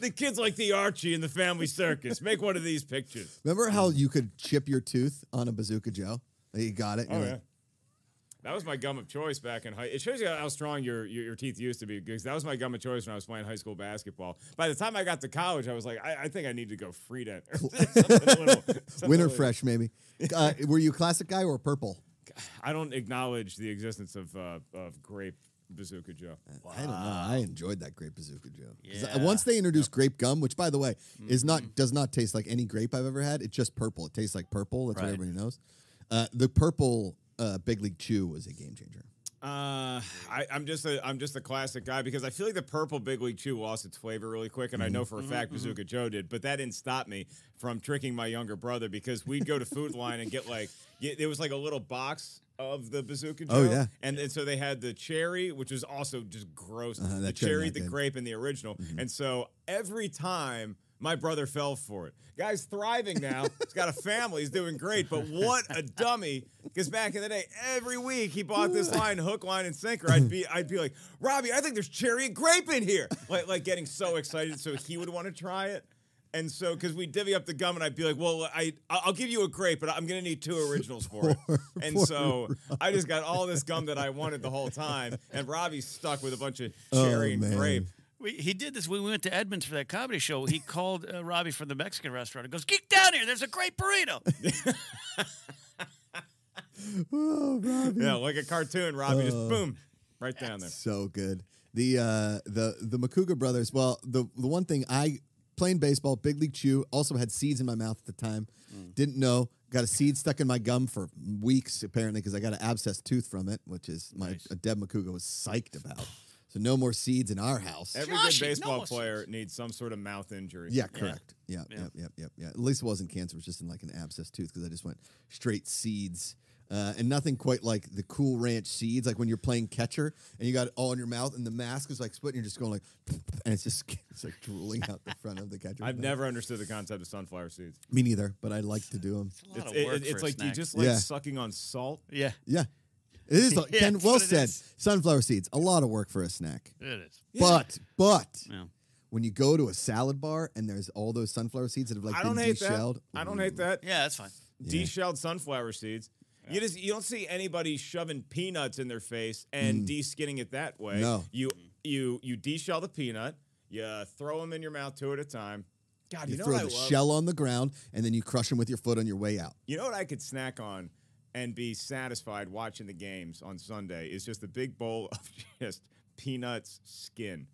Speaker 3: the kids like the Archie and the Family Circus. Make one of
Speaker 2: [LAUGHS]
Speaker 3: these pictures."
Speaker 2: Remember how you could chip your tooth on a bazooka Joe? Like, You got it.
Speaker 3: Oh
Speaker 2: you're
Speaker 3: yeah.
Speaker 2: like,
Speaker 3: That was my gum of choice back in high. It shows you how strong your, your your teeth used to be because that was my gum of choice when I was playing high school basketball. By the time I got to college, I was like, I, I think I need to go free dent. or [LAUGHS] something a little- something
Speaker 2: Winter
Speaker 3: a little-
Speaker 2: fresh, maybe. Uh, were you a classic guy or purple?
Speaker 3: I don't acknowledge the existence of uh, of grape bazooka Joe.
Speaker 2: I don't know. I enjoyed that grape bazooka Joe. 'Cause I-
Speaker 1: Yeah. Mm-hmm.
Speaker 2: Once they introduced grape gum, which by the way is not does not taste like any grape I've ever had. It's just purple. It tastes like purple. That's
Speaker 1: Right.
Speaker 2: what everybody knows. Uh, the purple uh, Big League Chew was a
Speaker 1: [LAUGHS]
Speaker 2: game changer.
Speaker 3: Uh, I, I'm just a I'm just a classic guy because I feel like the purple Big League Chew lost its flavor really quick,
Speaker 2: Mm-hmm.
Speaker 3: and I know for a fact Bazooka Joe did, but that didn't stop me from tricking my younger brother because we'd go to Food Line and get like y- there was like a little box of the Bazooka Joe,
Speaker 2: Oh, yeah.
Speaker 3: and, and so they had the cherry, which was also just gross,
Speaker 2: Uh-huh,
Speaker 3: the
Speaker 2: that cherry
Speaker 3: cherry,
Speaker 2: not
Speaker 3: the
Speaker 2: good.
Speaker 3: grape, and the original,
Speaker 2: Mm-hmm.
Speaker 3: and so every time. My brother fell for it. Guy's
Speaker 2: [LAUGHS]
Speaker 3: thriving now. He's got a family. He's doing great. But what a dummy! Because back in the day, every week he bought this line, hook, line, and sinker. I'd be, I'd be like, Robbie, I think there's cherry and grape in here. Like, like getting so excited, so he would want to try it. And so, because we divvy up the gum, and I'd be like, "Well, I, I- I'll give you a grape, but I'm gonna need two originals for it." And so, I just got all this gum that I wanted the whole time, and Robbie's stuck with a bunch of cherry
Speaker 2: Oh,
Speaker 3: and
Speaker 2: man.
Speaker 3: grape.
Speaker 1: We, he did this when we went to Edmonds for that comedy show. He [LAUGHS] called uh, Robbie from the Mexican restaurant and goes, "Geek down here! There's a great [LAUGHS] burrito."
Speaker 2: Oh, Robbie.
Speaker 3: Yeah, like a cartoon, Robbie.
Speaker 2: Uh,
Speaker 3: just boom, right down there.
Speaker 2: So good. The uh, the the Makuga brothers. Well, the the one thing I playing baseball, big league chew. Also had seeds in my mouth at the time. Didn't know. Got a seed stuck in my gum for weeks apparently because I got an abscessed tooth from it, which is my Deb Makuga was psyched about. So no more seeds in our house.
Speaker 3: Every
Speaker 1: Joshy,
Speaker 3: good baseball
Speaker 1: no
Speaker 3: player
Speaker 1: sense.
Speaker 3: needs some sort of mouth injury.
Speaker 2: yeah, correct. Yeah, yeah, yeah, yeah, yeah, At least it wasn't cancer. It was just in like an abscessed tooth because I just went straight seeds. Uh, and nothing quite like the Cool Ranch seeds, like when you're playing catcher and you got it all in your mouth and the mask is like split and you're just going like, [LAUGHS] and it's just [LAUGHS] it's like drooling out the front of the catcher.
Speaker 3: I've never understood the concept of sunflower seeds.
Speaker 2: me neither, but I like to do
Speaker 3: [LAUGHS]
Speaker 2: them.
Speaker 1: It's a lot
Speaker 3: It's,
Speaker 1: of
Speaker 3: it-
Speaker 1: work
Speaker 3: it-
Speaker 1: for
Speaker 3: it's
Speaker 1: a
Speaker 3: like
Speaker 1: snack.
Speaker 3: you just like
Speaker 2: Yeah.
Speaker 3: sucking on salt.
Speaker 1: yeah,
Speaker 2: Yeah, it is.
Speaker 3: [LAUGHS]
Speaker 2: like-
Speaker 1: Yeah,
Speaker 2: Ken,
Speaker 1: that's
Speaker 2: well
Speaker 1: what it
Speaker 2: said.
Speaker 1: is.
Speaker 2: Sunflower seeds, a lot of work for a snack,
Speaker 1: it is.
Speaker 2: but but
Speaker 1: Yeah.
Speaker 2: when you go to a salad bar and there's all those sunflower seeds that have like
Speaker 3: I
Speaker 2: been
Speaker 3: don't hate
Speaker 2: de-shelled,
Speaker 3: that. I don't hate that.
Speaker 1: Yeah, that's fine.
Speaker 3: De-shelled sunflower seeds. You just you don't see anybody shoving peanuts in their face and de-skinning it that way.
Speaker 2: Mm. No.
Speaker 3: You you you de-shell the peanut. You throw them in your mouth two at a time. God, you,
Speaker 2: You
Speaker 3: know
Speaker 2: throw
Speaker 3: what I
Speaker 2: the
Speaker 3: love?
Speaker 2: shell on the ground and then you crush them with your foot on your way out.
Speaker 3: You know what I could snack on and be satisfied watching the games on Sunday is just a big bowl of [LAUGHS] just peanuts skin.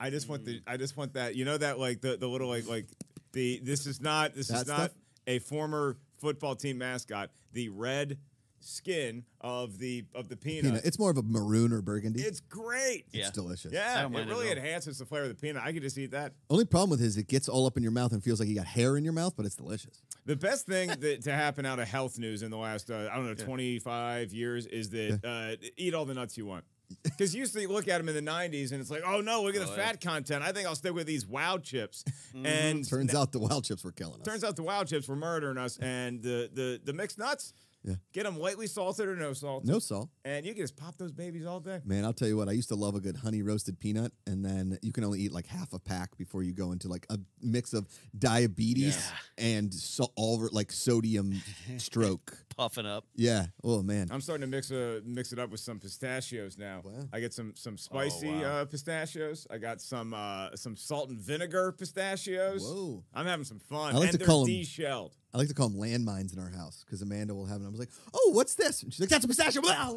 Speaker 3: I just want the I just want that. You know that like the, the little like like the this is not this is
Speaker 2: That
Speaker 3: not
Speaker 2: stuff?
Speaker 3: a former football team mascot. The red skin of the of the peanut.
Speaker 2: Peanut. It's more of a maroon or burgundy. It's,
Speaker 3: It's great.
Speaker 1: Yeah.
Speaker 2: delicious.
Speaker 1: I
Speaker 3: Yeah,
Speaker 1: don't
Speaker 3: it
Speaker 1: mind it
Speaker 3: really
Speaker 1: at all.
Speaker 3: enhances the flavor of the peanut. I could just eat that.
Speaker 2: Only problem with it is it gets all up in your mouth and feels like you got hair in your mouth, but it's delicious.
Speaker 3: The best thing that, to happen out of health news in the last, uh, I don't know, 25 years is that uh, eat all the nuts you want. Because you used to look at them in the 90s and it's like, oh no, look at the
Speaker 1: Oh, yeah.
Speaker 3: fat content. I think I'll stick with these wow chips.
Speaker 1: Mm-hmm.
Speaker 3: And
Speaker 2: Turns out the wild chips were killing us.
Speaker 3: turns out the wow chips were murdering us. And the, the, the mixed nuts,
Speaker 2: Yeah.
Speaker 3: get them lightly salted or no salt.
Speaker 2: no salt.
Speaker 3: And you can just pop those babies all day.
Speaker 2: Man, I'll tell you what, I used to love a good honey roasted peanut, and then you can only eat like half a pack before you go into like a
Speaker 3: [LAUGHS]
Speaker 2: mix of diabetes and so, all like sodium stroke.
Speaker 1: puffing up.
Speaker 2: Yeah. Oh man.
Speaker 3: I'm starting to mix uh, mix it up with some pistachios now.
Speaker 2: Wow.
Speaker 3: I get some some spicy
Speaker 1: wow.
Speaker 3: uh, pistachios. I got some uh, some salt and vinegar pistachios.
Speaker 2: Whoa.
Speaker 3: I'm having some fun.
Speaker 2: I like
Speaker 3: and
Speaker 2: to
Speaker 3: they're
Speaker 2: call 'em-
Speaker 3: de-shelled.
Speaker 2: I like to call them landmines in our house because Amanda will have them. I was like, oh, what's this? And she's like, that's a pistachio. Blah!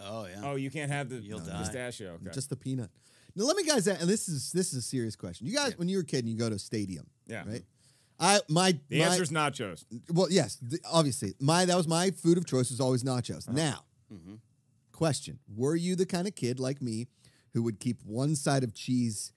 Speaker 1: Oh yeah.
Speaker 3: Oh, you can't have the
Speaker 1: You'll
Speaker 3: the
Speaker 1: die.
Speaker 3: pistachio. Okay.
Speaker 2: Just the peanut. Now let me guys. And this is this is a serious question. You guys, when you were a kid, and you go to a stadium.
Speaker 3: Yeah.
Speaker 2: Right. I my
Speaker 3: the
Speaker 2: my,
Speaker 3: answer's nachos.
Speaker 2: well yes th- obviously my that was my food of choice was always nachos.
Speaker 3: Uh-huh.
Speaker 2: Now,
Speaker 3: Oh.
Speaker 1: Mm-hmm.
Speaker 2: question: Were you the kind of kid like me who would keep one side of cheese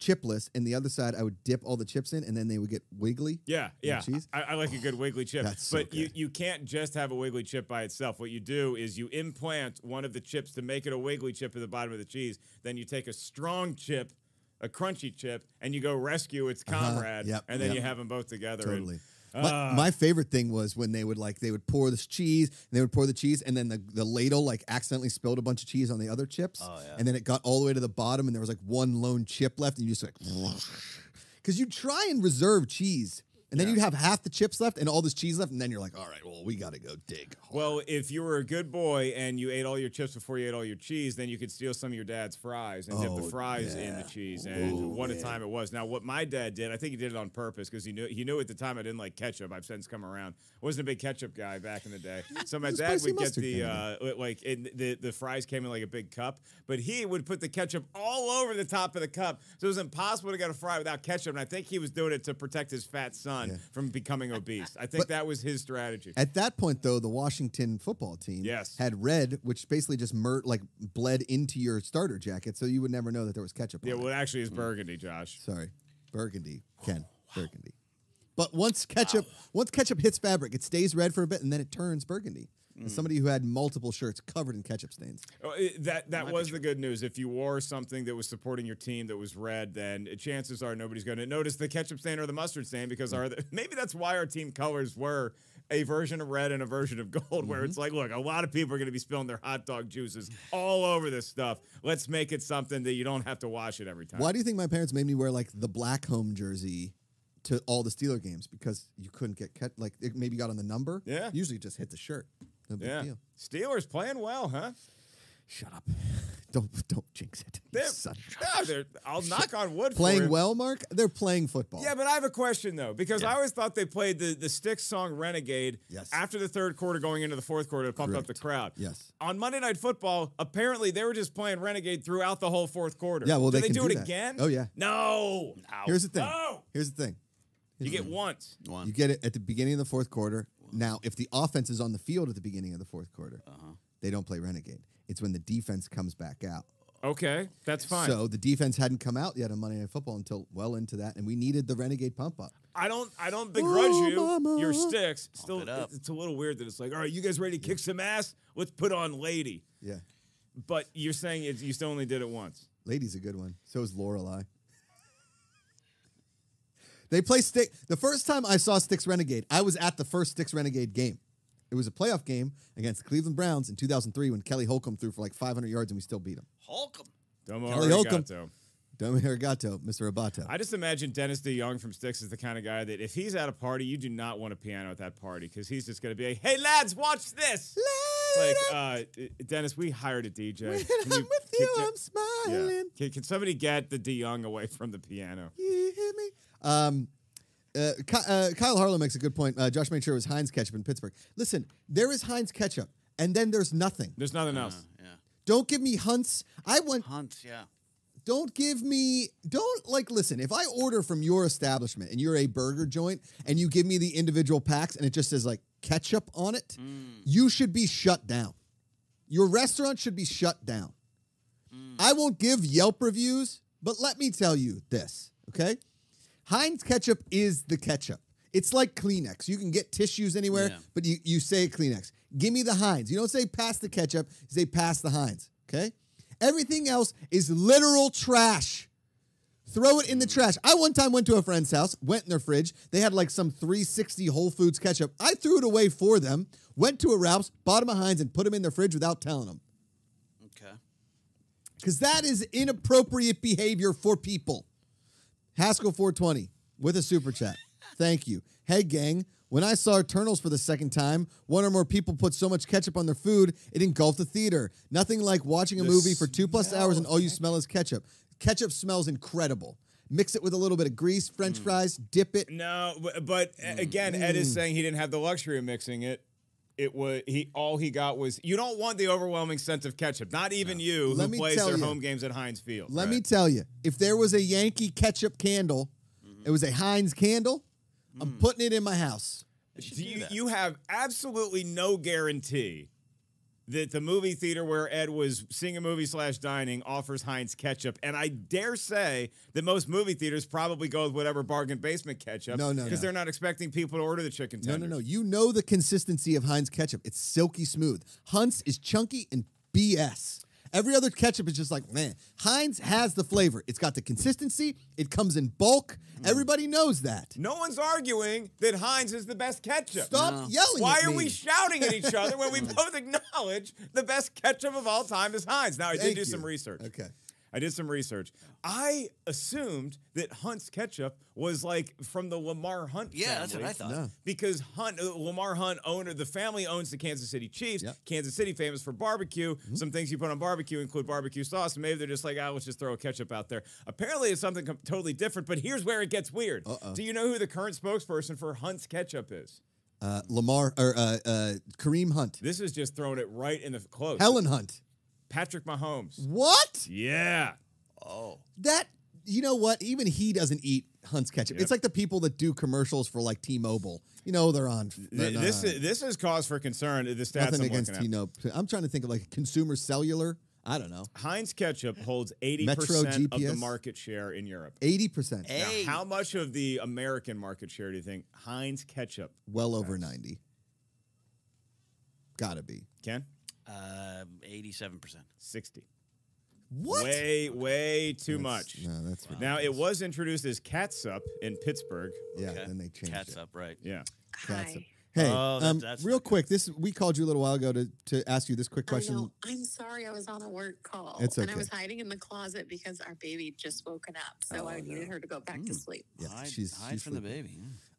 Speaker 2: chipless and the other side I would dip all the chips in and then they would get wiggly?
Speaker 3: Yeah, yeah.
Speaker 2: cheese?
Speaker 3: I, I like a good wiggly chip.
Speaker 2: that's so
Speaker 3: but you,
Speaker 2: good.
Speaker 3: you can't just have a wiggly chip by itself. What you do is you implant one of the chips to make it a wiggly chip at the bottom of the cheese. Then you take a strong chip, a crunchy chip, and you go rescue its comrade.
Speaker 2: Uh-huh. yep,
Speaker 3: and then
Speaker 2: yep.
Speaker 3: you have them both together. and- uh,
Speaker 2: Totally. my, my favorite thing was when they would like they would pour this cheese and they would pour the cheese and then the, the ladle like accidentally spilled a bunch of cheese on the other chips
Speaker 1: Oh, yeah.
Speaker 2: and then it got all the way to the bottom and there was like one lone chip left and you just like [LAUGHS] because you try and reserve cheese and then
Speaker 3: Yeah.
Speaker 2: you'd have half the chips left and all this cheese left and then you're like all right well we gotta go dig
Speaker 3: well, if you were a good boy and you ate all your chips before you ate all your cheese, then you could steal some of your dad's fries and dip
Speaker 2: Oh,
Speaker 3: the fries in
Speaker 2: yeah.
Speaker 3: the cheese. And
Speaker 2: Ooh,
Speaker 3: what
Speaker 2: yeah.
Speaker 3: a time it was! Now, what my dad did, I think he did it on purpose because he knew he knew at the time I didn't like ketchup. I've since come around. wasn't a big ketchup guy back in
Speaker 2: [LAUGHS]
Speaker 3: the day. So my
Speaker 2: He's a
Speaker 3: dad
Speaker 2: spicy
Speaker 3: would get
Speaker 2: mustard
Speaker 3: the
Speaker 2: guy.
Speaker 3: uh, li- like in the the fries came in like a big cup, but he would put the ketchup all over the top of the cup, so it was impossible to get a fry without ketchup. And I think he was doing it to protect his fat son
Speaker 2: Yeah.
Speaker 3: from becoming obese. I think that was his strategy.
Speaker 2: At that point, though, the Washington football team
Speaker 3: Yes.
Speaker 2: had red, which basically just mer- like bled into your starter jacket, so you would never know that there was ketchup.
Speaker 3: Yeah,
Speaker 2: on it.
Speaker 3: well, it actually is burgundy, Josh.
Speaker 2: Sorry, burgundy, Ken, burgundy. But once ketchup, once ketchup hits fabric, it stays red for a bit, and then it turns burgundy.
Speaker 3: Mm.
Speaker 2: As somebody who had multiple shirts covered in ketchup stains,
Speaker 3: Oh, it- That that was the good news. If you wore something that was supporting your team that was red, then chances are nobody's going to notice the ketchup stain or the mustard stain because our [LAUGHS] maybe that's why our team colors were a version of red and a version of gold. Where it's like, look, a lot of people are going to be spilling their hot dog juices all over this stuff. Let's make it something that you don't have to wash it every time.
Speaker 2: why do you think my parents made me wear like the black home jersey to all the Steeler games? Because you couldn't get ket- like it maybe got on the number.
Speaker 3: Yeah.
Speaker 2: usually it just hit the shirt. No big
Speaker 3: Yeah,
Speaker 2: deal.
Speaker 3: Steelers playing well, huh?
Speaker 2: Shut up. [LAUGHS] Don't don't jinx it. you
Speaker 3: They're,
Speaker 2: son of
Speaker 3: [LAUGHS]
Speaker 2: a-
Speaker 3: Yeah, they're- I'll knock on wood. for
Speaker 2: playing
Speaker 3: it.
Speaker 2: well, Mark? They're playing football.
Speaker 3: Yeah, but I have a question though, because
Speaker 1: Yeah.
Speaker 3: I always thought they played the the Styx song "Renegade"
Speaker 2: Yes.
Speaker 3: after the third quarter, going into the fourth quarter to pump up the
Speaker 2: Correct.
Speaker 3: crowd.
Speaker 2: Yes.
Speaker 3: On Monday Night Football, apparently they were just playing "Renegade" throughout the whole fourth quarter.
Speaker 2: Yeah, well,
Speaker 3: Did
Speaker 2: they
Speaker 3: they,
Speaker 2: can
Speaker 3: do,
Speaker 2: do
Speaker 3: it
Speaker 2: that.
Speaker 3: again.
Speaker 2: Oh, yeah.
Speaker 3: No.
Speaker 2: Here's the thing.
Speaker 3: No.
Speaker 2: Here's the thing.
Speaker 3: You get once.
Speaker 1: One.
Speaker 2: You get it at the beginning of the fourth quarter. Now, if the offense is on the field at the beginning of the fourth quarter, they don't play Renegade. It's when the defense comes back out.
Speaker 3: Okay, that's fine.
Speaker 2: So the defense hadn't come out yet on Monday Night Football until well into that, and we needed the Renegade pump up.
Speaker 3: I don't. I don't begrudge
Speaker 2: Oh,
Speaker 3: you
Speaker 2: mama.
Speaker 3: your sticks. Still,
Speaker 1: it up.
Speaker 3: it's a little weird that it's like, all right, you guys ready to kick some ass? Let's put on "Lady."
Speaker 2: Yeah.
Speaker 3: But you're saying it's, you still only did it once.
Speaker 2: Lady's a good one. So is Lorelei. [LAUGHS] they play Stick. The first time I saw Sticks Renegade, I was at the first Sticks Renegade game. It was a playoff game against the Cleveland Browns in 2003 when Kelly Holcomb threw for like 500 yards and we still beat him.
Speaker 1: Holcomb.
Speaker 3: Domo
Speaker 2: Kelly Holcomb.
Speaker 3: arigato.
Speaker 2: Domi Arigato, Mr. Abato.
Speaker 3: I just imagine Dennis DeYoung from Styx is the kind of guy that if he's at a party, you do not want a piano at that party because he's just going to be like, hey, lads, watch this. Like, uh, Dennis, we hired a
Speaker 2: [LAUGHS]
Speaker 3: DJ.
Speaker 2: when
Speaker 3: Can
Speaker 2: I'm with you,
Speaker 3: can-
Speaker 2: I'm smiling.
Speaker 3: yeah. Can, can somebody get the DeYoung away from the piano?
Speaker 2: You hear me? Um, uh, Ky- uh, Kyle Harlow makes a good point. Uh, Josh made sure it was Heinz ketchup in Pittsburgh. Listen, there is Heinz ketchup, and then there's nothing.
Speaker 3: There's nothing else.
Speaker 1: Yeah.
Speaker 2: Don't give me Hunts. I want
Speaker 1: Hunt. Yeah.
Speaker 2: don't give me don't like listen if i order from your establishment and you're a burger joint and you give me the individual packs and it just says like ketchup on it you should be shut down your restaurant should be shut down i won't give yelp reviews but let me tell you this okay heinz ketchup is the ketchup it's like kleenex you can get tissues anywhere
Speaker 1: Yeah.
Speaker 2: but you, you say kleenex give me the heinz you don't say pass the ketchup you say pass the heinz okay Everything else is literal trash. Throw it in the trash. I one time went to a friend's house, went in their fridge. They had like some 360 Whole Foods ketchup. I threw it away for them, went to a Ralph's, bought them a Heinz, and put them in their fridge without telling them.
Speaker 1: Okay.
Speaker 2: Because that is inappropriate behavior for people. Haskell 420 with a super chat. Thank you. Hey, gang, When I saw Eternals for the second time, one or more people put so much ketchup on their food, it engulfed the theater. Nothing like watching a movie for two plus hours and all you smell is ketchup. Ketchup smells incredible. Mix it with a little bit of grease, french fries, dip it.
Speaker 3: No, but, but uh, again, Ed is saying he didn't have the luxury of mixing it. It was he. All he got was you don't want the overwhelming sense of ketchup. Not even you,
Speaker 2: Let
Speaker 3: who
Speaker 2: me
Speaker 3: plays
Speaker 2: tell
Speaker 3: their
Speaker 2: you.
Speaker 3: home games at Heinz Field.
Speaker 2: Let me tell you, if there was a Yankee ketchup candle, it was a Heinz candle, I'm putting it in my house.
Speaker 3: Do you, you have absolutely no guarantee that the movie theater where Ed was seeing a movie slash dining offers Heinz ketchup. And I dare say that most movie theaters probably go with whatever bargain basement ketchup.
Speaker 2: No, no,
Speaker 3: Because
Speaker 2: no.
Speaker 3: they're not expecting people to order the chicken
Speaker 2: No,
Speaker 3: tenders.
Speaker 2: no, no. You know the consistency of Heinz ketchup. It's silky smooth. Hunt's is chunky and BS. Every other ketchup is just like, man, Heinz has the flavor. It's got the consistency. It comes in bulk.
Speaker 3: Hmm.
Speaker 2: Everybody knows that.
Speaker 3: No one's arguing that Heinz is the best ketchup.
Speaker 2: Stop
Speaker 1: No.
Speaker 2: yelling
Speaker 3: Why
Speaker 2: at
Speaker 3: are
Speaker 2: me.
Speaker 3: we shouting at each
Speaker 2: [LAUGHS]
Speaker 3: other when we both acknowledge the best ketchup of all time is Heinz? Now, I did
Speaker 2: Thank
Speaker 3: do
Speaker 2: you.
Speaker 3: some research.
Speaker 2: Okay.
Speaker 3: I did some research. I assumed that Hunt's ketchup was like from the Lamar Hunt
Speaker 1: Yeah, that's what
Speaker 3: family
Speaker 1: I thought.
Speaker 2: No.
Speaker 3: because Hunt, uh, Lamar Hunt owner, the family owns the Kansas City Chiefs.
Speaker 2: Yep. Mm-hmm.
Speaker 3: Kansas City famous for barbecue. Some things you put on barbecue include barbecue sauce. Maybe they're just like, ah, let's just throw ketchup out there. Apparently, it's something com- totally different. But here's where it gets weird.
Speaker 2: Uh-oh.
Speaker 3: Do you know who the current spokesperson for Hunt's ketchup is?
Speaker 2: Uh, Lamar or uh, uh, Kareem Hunt,
Speaker 3: This is just throwing it right in the close.
Speaker 2: Helen Hunt.
Speaker 3: Patrick
Speaker 2: Mm-hmm.
Speaker 3: Mahomes.
Speaker 2: What?
Speaker 3: Yeah.
Speaker 1: Oh.
Speaker 2: That you know what? Even he doesn't eat Hunt's ketchup.
Speaker 3: Yep.
Speaker 2: It's like the people that do commercials for like T-Mobile. You know they're on. they're
Speaker 3: Th- this
Speaker 2: not-
Speaker 3: is this is cause for concern. The stats
Speaker 2: uh, nothing
Speaker 3: I'm
Speaker 2: against
Speaker 3: looking at.
Speaker 2: T-Mobile. I'm trying to think of like consumer cellular. I don't know.
Speaker 3: Heinz ketchup holds 80% of the
Speaker 2: GPS?
Speaker 3: market share in Europe.
Speaker 2: Eighty percent,
Speaker 1: Eh.
Speaker 3: Now,
Speaker 1: Hey.
Speaker 3: how much of the American market share do you think Heinz ketchup
Speaker 2: well over ninety. Gotta be
Speaker 3: can?
Speaker 1: Uh, 87%.
Speaker 3: 60.
Speaker 2: what?
Speaker 3: Way, way too
Speaker 2: That's-
Speaker 3: much.
Speaker 2: No, that's ridiculous.
Speaker 3: Now, it was introduced as catsup in Pittsburgh.
Speaker 2: yeah.
Speaker 1: Okay.
Speaker 2: Then they changed
Speaker 1: Cats
Speaker 2: it.
Speaker 1: up, right.
Speaker 3: Yeah.
Speaker 2: That's
Speaker 4: Hi.
Speaker 2: it. Hey,
Speaker 1: Oh, that-
Speaker 2: um,
Speaker 1: that's
Speaker 2: real
Speaker 1: not good.
Speaker 2: quick, this we called you a little while ago to to ask you this quick
Speaker 4: I
Speaker 2: question.
Speaker 4: know. I'm sorry I was on a work call.
Speaker 2: It's
Speaker 4: And I
Speaker 2: okay.
Speaker 4: was hiding in the closet because our baby had just woken up. So
Speaker 1: Oh,
Speaker 4: I needed
Speaker 1: no.
Speaker 4: her to go back
Speaker 1: Mm.
Speaker 4: to sleep. [LAUGHS]
Speaker 2: Yeah,
Speaker 1: hide,
Speaker 2: she's-
Speaker 1: hide
Speaker 2: she's
Speaker 1: from the baby.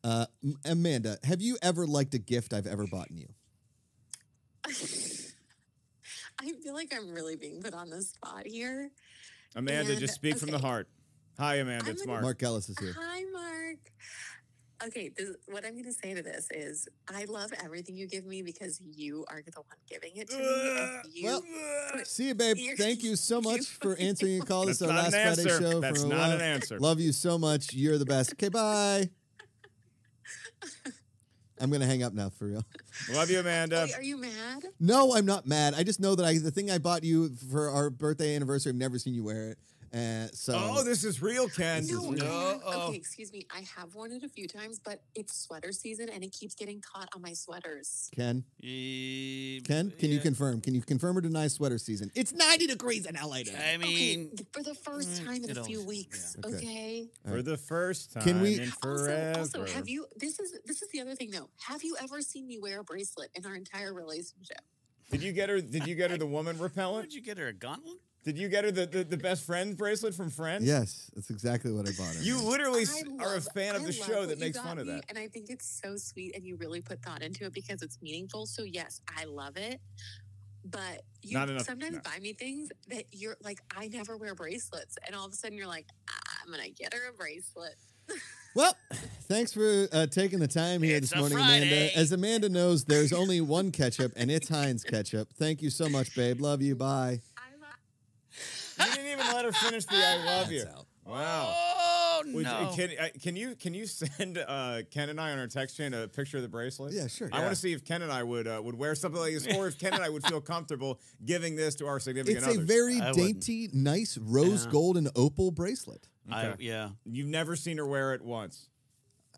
Speaker 1: yeah.
Speaker 2: Uh, M- Amanda, have you ever liked a gift I've ever bought you?
Speaker 4: I feel like I'm really being put on the spot here.
Speaker 3: Amanda,
Speaker 4: And-
Speaker 3: just speak from the
Speaker 4: okay.
Speaker 3: heart. Hi, Amanda.
Speaker 4: I'm
Speaker 3: it's
Speaker 4: gonna-
Speaker 3: Mark.
Speaker 2: Mark Ellis is
Speaker 4: [LAUGHS]
Speaker 2: here.
Speaker 4: Hi, Mark. Okay, this, what I'm going to say to this is I love everything you give me because you are the one giving it to me. and you
Speaker 2: Uh, Well, See you, babe.
Speaker 4: You're-
Speaker 2: Thank you so much for answering your call. This is
Speaker 3: That's
Speaker 2: our
Speaker 3: not
Speaker 2: last
Speaker 3: an
Speaker 2: Friday
Speaker 3: answer.
Speaker 2: show.
Speaker 3: That's
Speaker 2: for a
Speaker 3: not
Speaker 2: while.
Speaker 3: an answer.
Speaker 2: Love you so much. You're the best. Okay,
Speaker 3: [LAUGHS]
Speaker 2: bye. I'm gonna hang up now for real.
Speaker 3: Love you, Amanda.
Speaker 4: Wait, are you mad?
Speaker 2: No, I'm not mad. I just know that I the thing I bought you for our birthday anniversary. I've never seen you wear it. Uh, so
Speaker 3: Oh, this is real, Ken.
Speaker 2: This is
Speaker 4: No,
Speaker 2: weird.
Speaker 4: I have,
Speaker 1: No.
Speaker 4: okay, excuse me. I have worn it a few times, but it's sweater season and it keeps getting caught on my sweaters.
Speaker 2: Ken,
Speaker 1: Ye-
Speaker 2: Ken, can you
Speaker 1: yeah.
Speaker 2: confirm? Can you confirm or deny sweater season? It's 90 degrees in LA today.
Speaker 1: I mean,
Speaker 4: okay, for the first
Speaker 1: mm,
Speaker 4: time
Speaker 1: it
Speaker 4: in a few
Speaker 1: always-
Speaker 4: weeks.
Speaker 2: yeah. Okay.
Speaker 4: Okay.
Speaker 3: For the first time
Speaker 2: Can we-
Speaker 3: in
Speaker 4: Also,
Speaker 3: forever.
Speaker 4: also, have you? This is this is the other thing though. Have you ever seen me wear a bracelet in our entire relationship?
Speaker 3: did you get her did you get her the woman
Speaker 1: where
Speaker 3: repellent?
Speaker 1: did you get her a gauntlet?
Speaker 3: Did you get her the, the, the best friend bracelet from Friends?
Speaker 2: Yes, that's exactly what I bought her.
Speaker 3: You
Speaker 2: man.
Speaker 3: literally
Speaker 4: I
Speaker 3: s are a
Speaker 4: love-
Speaker 3: fan of
Speaker 4: I
Speaker 3: the
Speaker 4: love
Speaker 3: show
Speaker 4: what
Speaker 3: that
Speaker 4: you
Speaker 3: makes
Speaker 4: got
Speaker 3: fun of
Speaker 4: me,
Speaker 3: that.
Speaker 4: and I think it's so sweet, and you really put thought into it because it's meaningful. So yes, I love it. But you
Speaker 3: Not enough-
Speaker 4: sometimes
Speaker 3: no.
Speaker 4: buy me things that you're like, I never wear bracelets, and all of a sudden you're like, "Ah, I'm gonna get her a bracelet.
Speaker 2: Well, thanks for uh, taking the time here
Speaker 1: It's
Speaker 2: this
Speaker 1: a
Speaker 2: morning,
Speaker 1: Friday.
Speaker 2: Amanda. As Amanda knows, there's only one ketchup, and it's Heinz ketchup. Thank you so much, babe. Love you. Bye.
Speaker 4: I love. [LAUGHS]
Speaker 3: You didn't even let her finish the I love you.
Speaker 2: That's out.
Speaker 3: Wow.
Speaker 1: Oh,
Speaker 3: Would-
Speaker 1: no.
Speaker 3: Can, uh, can you can you send uh, Ken and I on our text chain a picture of the bracelet?
Speaker 2: Yeah, sure.
Speaker 3: I want
Speaker 2: Yeah.
Speaker 3: to see if Ken and I would uh, would wear something like this, or if Ken and I would feel comfortable giving this to our significant
Speaker 2: It's a
Speaker 3: others.
Speaker 2: very
Speaker 1: I wouldn't.
Speaker 2: dainty, nice rose
Speaker 1: Yeah.
Speaker 2: gold and opal bracelet.
Speaker 1: I,
Speaker 3: Okay.
Speaker 1: yeah,
Speaker 3: You've never seen her wear it once.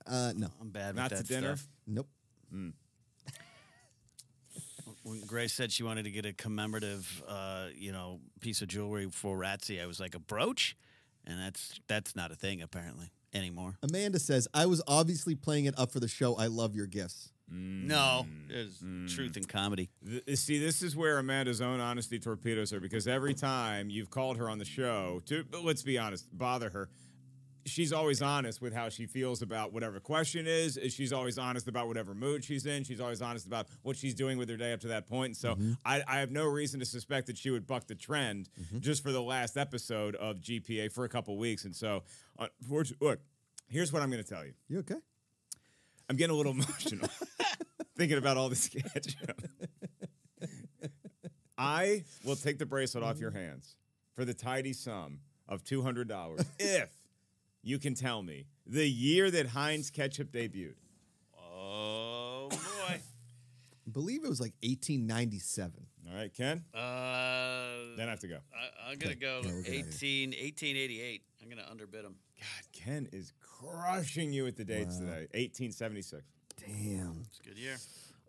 Speaker 2: Uh, no,
Speaker 1: I'm bad
Speaker 3: Not
Speaker 1: with
Speaker 3: to
Speaker 1: that
Speaker 3: dinner.
Speaker 1: stuff.
Speaker 2: nope.
Speaker 1: When Grace said she wanted to get a commemorative, uh, you know, piece of jewelry for Ratsy, I was like a brooch, and that's that's not a thing apparently anymore.
Speaker 2: Amanda says, I was obviously playing it up for the show. I love your gifts.
Speaker 4: Mm.
Speaker 1: No, there's truth in comedy.
Speaker 3: Th- uh, See, this is where Amanda's own honesty torpedoes her because every time you've called her on the show to, but let's be honest, bother her, she's always honest with how she feels about whatever question is. is She's always honest about whatever mood she's in. She's always honest about what she's doing with her day up to that point. So I, I have no reason to suspect that she would buck the trend just for the last episode of GPA for a couple weeks. And so, unfortunately, look, here's what I'm going to tell you.
Speaker 2: You okay?
Speaker 3: I'm getting a little [LAUGHS] emotional thinking about all the sketch. [LAUGHS] I will take the bracelet off your hands for the tidy sum of two
Speaker 2: [LAUGHS]
Speaker 3: hundred dollars if you can tell me the year that Heinz ketchup debuted.
Speaker 1: Oh [LAUGHS] boy.
Speaker 2: I believe it was like 1897.
Speaker 3: All right, Ken.
Speaker 1: uh,
Speaker 3: Then I have to go.
Speaker 1: I, I'm gonna go
Speaker 2: Yeah, we'll get outta here.
Speaker 1: 18, 1888. I'm gonna underbid him.
Speaker 3: God, Ken is crushing you with the dates today. 1876.
Speaker 2: Damn.
Speaker 1: It's a good year.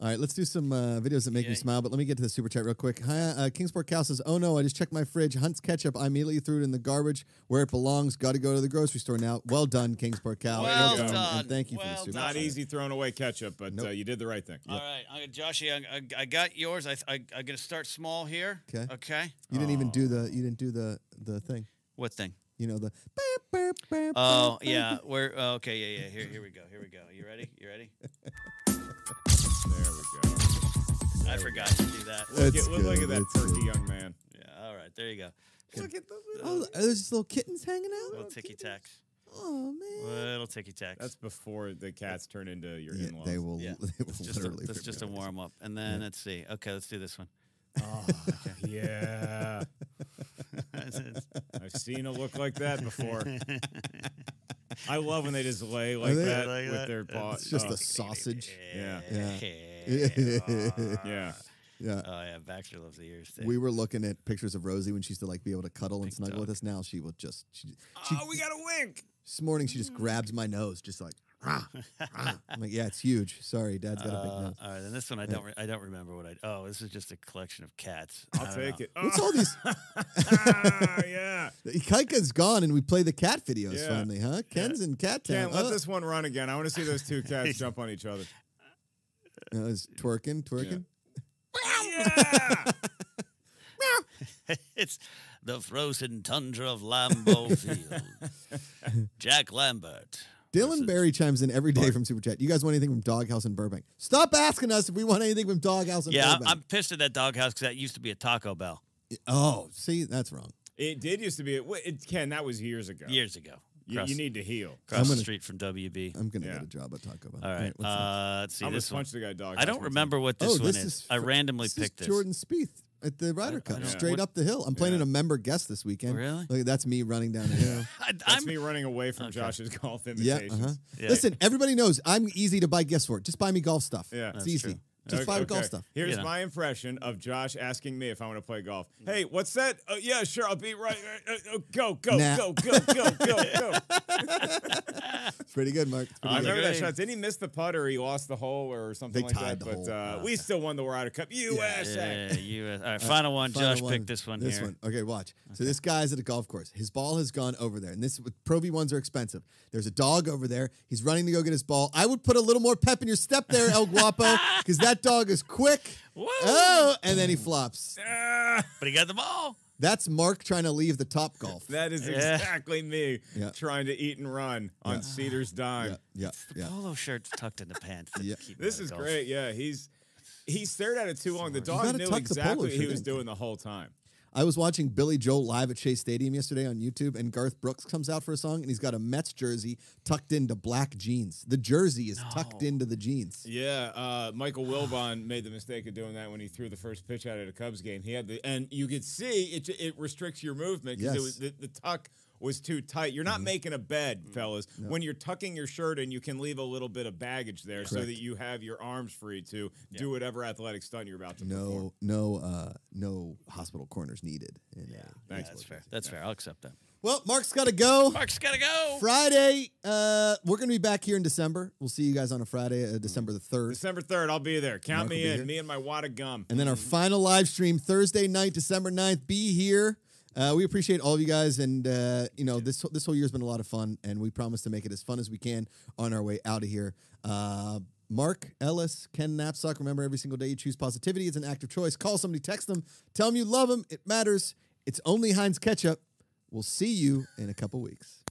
Speaker 2: All right, let's do some uh, videos that make me
Speaker 1: Yay.
Speaker 2: smile, but let me get to the super chat real quick. Hi, uh, Kingsport Cal says, Oh no, I just checked my fridge. Hunt's ketchup. I immediately threw it in the garbage where it belongs. Got to go to the grocery store now. Well done, Kingsport Cal.
Speaker 1: Well
Speaker 2: and
Speaker 1: done.
Speaker 2: thank you
Speaker 1: Well
Speaker 2: for the super
Speaker 1: done.
Speaker 3: Not
Speaker 2: chat.
Speaker 3: easy throwing away ketchup, but uh,
Speaker 2: Nope.
Speaker 3: you did the right thing.
Speaker 1: All right, I, Joshy, I, I, I got yours. I, I, I'm gonna start small here.
Speaker 2: 'Kay.
Speaker 1: Okay.
Speaker 2: You didn't even do the you didn't do the the thing.
Speaker 1: What thing?
Speaker 2: You know the burp, burp, burp,
Speaker 1: Oh
Speaker 2: [LAUGHS] burp, burp.
Speaker 1: yeah, [LAUGHS] we're oh, okay. Yeah, yeah. Here, here we go. Here we go. You ready? You ready?
Speaker 3: There we go.
Speaker 1: I forgot to do that.
Speaker 2: That's
Speaker 3: Look, at- look
Speaker 2: good,
Speaker 3: at that
Speaker 2: that's
Speaker 3: perky
Speaker 2: good.
Speaker 3: young man.
Speaker 1: Yeah. All right. There you go.
Speaker 3: Look at the
Speaker 2: Oh,
Speaker 3: little.
Speaker 2: are there's just little kittens hanging
Speaker 1: Little
Speaker 2: out.
Speaker 1: ticky tacks.
Speaker 2: Oh man.
Speaker 1: Little ticky tacks.
Speaker 3: That's before the cats turn into your
Speaker 2: Yeah,
Speaker 3: in-laws.
Speaker 2: they will.
Speaker 1: yeah.
Speaker 2: [LAUGHS] They will
Speaker 1: That's just a,
Speaker 2: literally.
Speaker 1: that's just a
Speaker 2: prepare.
Speaker 1: warm up. And then let's see. Okay, let's do
Speaker 3: [LAUGHS]
Speaker 1: this one.
Speaker 3: Oh, yeah.
Speaker 1: [LAUGHS]
Speaker 3: I've seen a look like that [LAUGHS] before. I love when they just lay like
Speaker 2: they?
Speaker 3: that
Speaker 1: Like
Speaker 3: with
Speaker 1: that.
Speaker 3: their paw.
Speaker 2: It's just
Speaker 3: oh,
Speaker 2: a sausage.
Speaker 3: Yeah.
Speaker 1: [LAUGHS] Yeah.
Speaker 3: [LAUGHS] yeah.
Speaker 2: Yeah.
Speaker 1: Oh yeah, Baxter loves the ears too.
Speaker 2: We were looking at pictures of Rosie when she used to like be able to cuddle and snuggle with
Speaker 1: dog.
Speaker 2: us. Now she will just. She, she,
Speaker 3: Oh, we got a wink.
Speaker 2: this morning she just
Speaker 1: Mm.
Speaker 2: grabs my nose,
Speaker 1: [LAUGHS]
Speaker 2: just like. "Rah, rah." I'm like, yeah, it's huge. Sorry, Dad's got a big
Speaker 1: Uh,
Speaker 2: nose.
Speaker 1: all right, then this one I don't re- I don't remember what I. Oh, this is just a collection of cats. I
Speaker 3: [LAUGHS] I'll
Speaker 1: don't
Speaker 3: take
Speaker 1: know.
Speaker 3: it. Oh.
Speaker 2: What's all these? [LAUGHS]
Speaker 3: Ah, yeah.
Speaker 2: Kaika's gone, and we play the cat videos
Speaker 3: Yeah.
Speaker 2: finally, huh? Ken's and Cat Town.
Speaker 3: Can't let
Speaker 2: Oh,
Speaker 3: this one run again. I want to see those two cats jump on each other.
Speaker 2: [LAUGHS] uh, it's twerking, twerking.
Speaker 3: Yeah.
Speaker 1: [LAUGHS] it's the frozen tundra of
Speaker 3: [LAUGHS]
Speaker 1: Lambeau Field. Jack Lambert.
Speaker 2: Dylan Barry chimes in every day from Super Chat. You guys want anything from Doghouse and Burbank? Stop asking us if we want anything from Doghouse and
Speaker 1: Yeah, I'm,
Speaker 2: Burbank.
Speaker 1: I'm pissed at that doghouse because that used to be a Taco Bell
Speaker 2: oh, see, that's wrong.
Speaker 3: it did used to be. Wait, it, Ken, that was years ago.
Speaker 1: years ago.
Speaker 3: You,
Speaker 1: Across,
Speaker 3: you need to heal.
Speaker 1: across
Speaker 2: I'm
Speaker 1: the
Speaker 2: gonna-
Speaker 1: street from WB.
Speaker 2: I'm gonna
Speaker 3: Yeah.
Speaker 2: get a job at Taco Bell.
Speaker 1: All right.
Speaker 2: what's next?
Speaker 1: uh, let's see
Speaker 3: I
Speaker 1: this
Speaker 3: almost
Speaker 1: one.
Speaker 3: punched the guy dog.
Speaker 1: I don't remember what this,
Speaker 2: Oh,
Speaker 1: one
Speaker 2: this
Speaker 1: is.
Speaker 2: is
Speaker 1: I
Speaker 2: fr-
Speaker 1: randomly
Speaker 2: is
Speaker 1: picked this.
Speaker 2: Jordan Spieth at the Ryder
Speaker 1: I
Speaker 2: Cup,
Speaker 1: don't-
Speaker 2: straight
Speaker 1: what-
Speaker 2: up the hill. I'm playing in
Speaker 3: Yeah.
Speaker 2: a member guest this weekend. [LAUGHS]
Speaker 1: Really?
Speaker 2: Look, that's me running down the hill.
Speaker 1: I,
Speaker 3: That's
Speaker 1: I'm,
Speaker 3: me running away from
Speaker 1: Okay.
Speaker 3: Josh's golf
Speaker 2: yeah,
Speaker 3: invitations.
Speaker 2: uh-huh.
Speaker 1: Yeah.
Speaker 2: Listen, everybody knows I'm easy to buy gifts for. Just buy me golf stuff.
Speaker 3: Yeah.
Speaker 2: it's
Speaker 3: That's
Speaker 2: easy.
Speaker 1: true.
Speaker 2: Just buy me
Speaker 3: Okay.
Speaker 2: golf stuff.
Speaker 3: Here's
Speaker 1: You know.
Speaker 3: my impression of Josh asking me if I want to play golf.
Speaker 1: Mm.
Speaker 3: Hey, what's that? Uh, yeah, sure, I'll be right. Uh, uh, uh, go, go,
Speaker 2: Nah.
Speaker 3: go, go,
Speaker 2: [LAUGHS]
Speaker 3: go, go, go.
Speaker 1: [LAUGHS]
Speaker 2: It's pretty good, Mark. It's pretty
Speaker 3: I
Speaker 1: I'm
Speaker 2: good.
Speaker 3: remember that
Speaker 1: good.
Speaker 3: shot. Didn't he miss the putt or he lost the hole or something
Speaker 2: They
Speaker 3: like
Speaker 2: tied
Speaker 3: that?
Speaker 2: the
Speaker 3: But
Speaker 2: hole.
Speaker 3: uh, we still won the Ryder Cup. USA.
Speaker 1: yeah, you, uh, all right, final one.
Speaker 2: Final
Speaker 1: Josh picked this one
Speaker 2: This
Speaker 1: here.
Speaker 2: one. Okay, watch. So this guy's at a golf course. His ball has gone over there, and this Pro V ones are expensive. There's a dog over there. He's running to go get his ball. I would put a little more pep in your step there,
Speaker 1: [LAUGHS]
Speaker 2: El Guapo, because that dog is quick.
Speaker 1: Whoa.
Speaker 2: Oh, and then he flops.
Speaker 3: Ah,
Speaker 1: But he got the ball.
Speaker 2: That's Mark trying to leave the top golf.
Speaker 3: that is
Speaker 1: Yeah.
Speaker 3: exactly me
Speaker 2: Yeah.
Speaker 3: trying to eat and run
Speaker 2: [SIGHS]
Speaker 3: on Cedar's dime.
Speaker 2: yeah, yeah, yeah.
Speaker 1: Polo shirt's tucked in the pants. that
Speaker 2: Yeah.
Speaker 1: keep him
Speaker 3: This
Speaker 1: out of
Speaker 3: is
Speaker 1: golf.
Speaker 3: great. Yeah, he's he stared at it too long. The
Speaker 2: gotta tuck
Speaker 3: dog knew
Speaker 2: the
Speaker 3: exactly
Speaker 2: polo
Speaker 3: what he
Speaker 2: shirt
Speaker 3: was
Speaker 2: in.
Speaker 3: doing the whole time.
Speaker 2: I was watching Billy Joel live at Shea Stadium yesterday on YouTube, and Garth Brooks comes out for a song, and he's got a Mets jersey tucked into black jeans. The jersey is tucked into the jeans.
Speaker 3: Yeah, uh, Michael Wilbon made the mistake of doing that when he threw the first pitch out at a Cubs game. He had the and you could see it. It restricts your movement
Speaker 2: Yes.
Speaker 3: because
Speaker 2: Mm-hmm.
Speaker 3: was the, the tuck was too tight. You're not making a bed, fellas. When you're tucking your shirt in, you can leave a little bit of baggage there so
Speaker 2: Correct.
Speaker 3: that you have your arms free to do whatever athletic stunt you're about to perform.
Speaker 2: No, no, uh, no hospital corners needed. In yeah.
Speaker 1: Yeah,
Speaker 3: Thanks,
Speaker 1: that's
Speaker 3: Lord.
Speaker 1: fair. That's fair. I'll accept that.
Speaker 2: Well, Mark's got to go.
Speaker 1: Mark's gotta go.
Speaker 2: Friday, uh, we're going to be back here in December. We'll see you guys on a Friday, uh, December the 3rd.
Speaker 3: December third, I'll be there. Count
Speaker 2: Mark will
Speaker 3: me
Speaker 2: be
Speaker 3: in.
Speaker 2: here.
Speaker 3: Me and my wad of gum.
Speaker 2: And then our final live stream Thursday night, December 9th. Be here. Uh, we appreciate all of you guys, and uh, you know this this whole year's been a lot of fun, and we promise to make it as fun as we can on our way out of here. Uh, Mark Ellis, Ken Knapsack. Remember, every single day you choose positivity. It's an active choice. Call somebody, text them, tell them you love them. It matters. It's only Heinz ketchup. We'll see you in a couple weeks.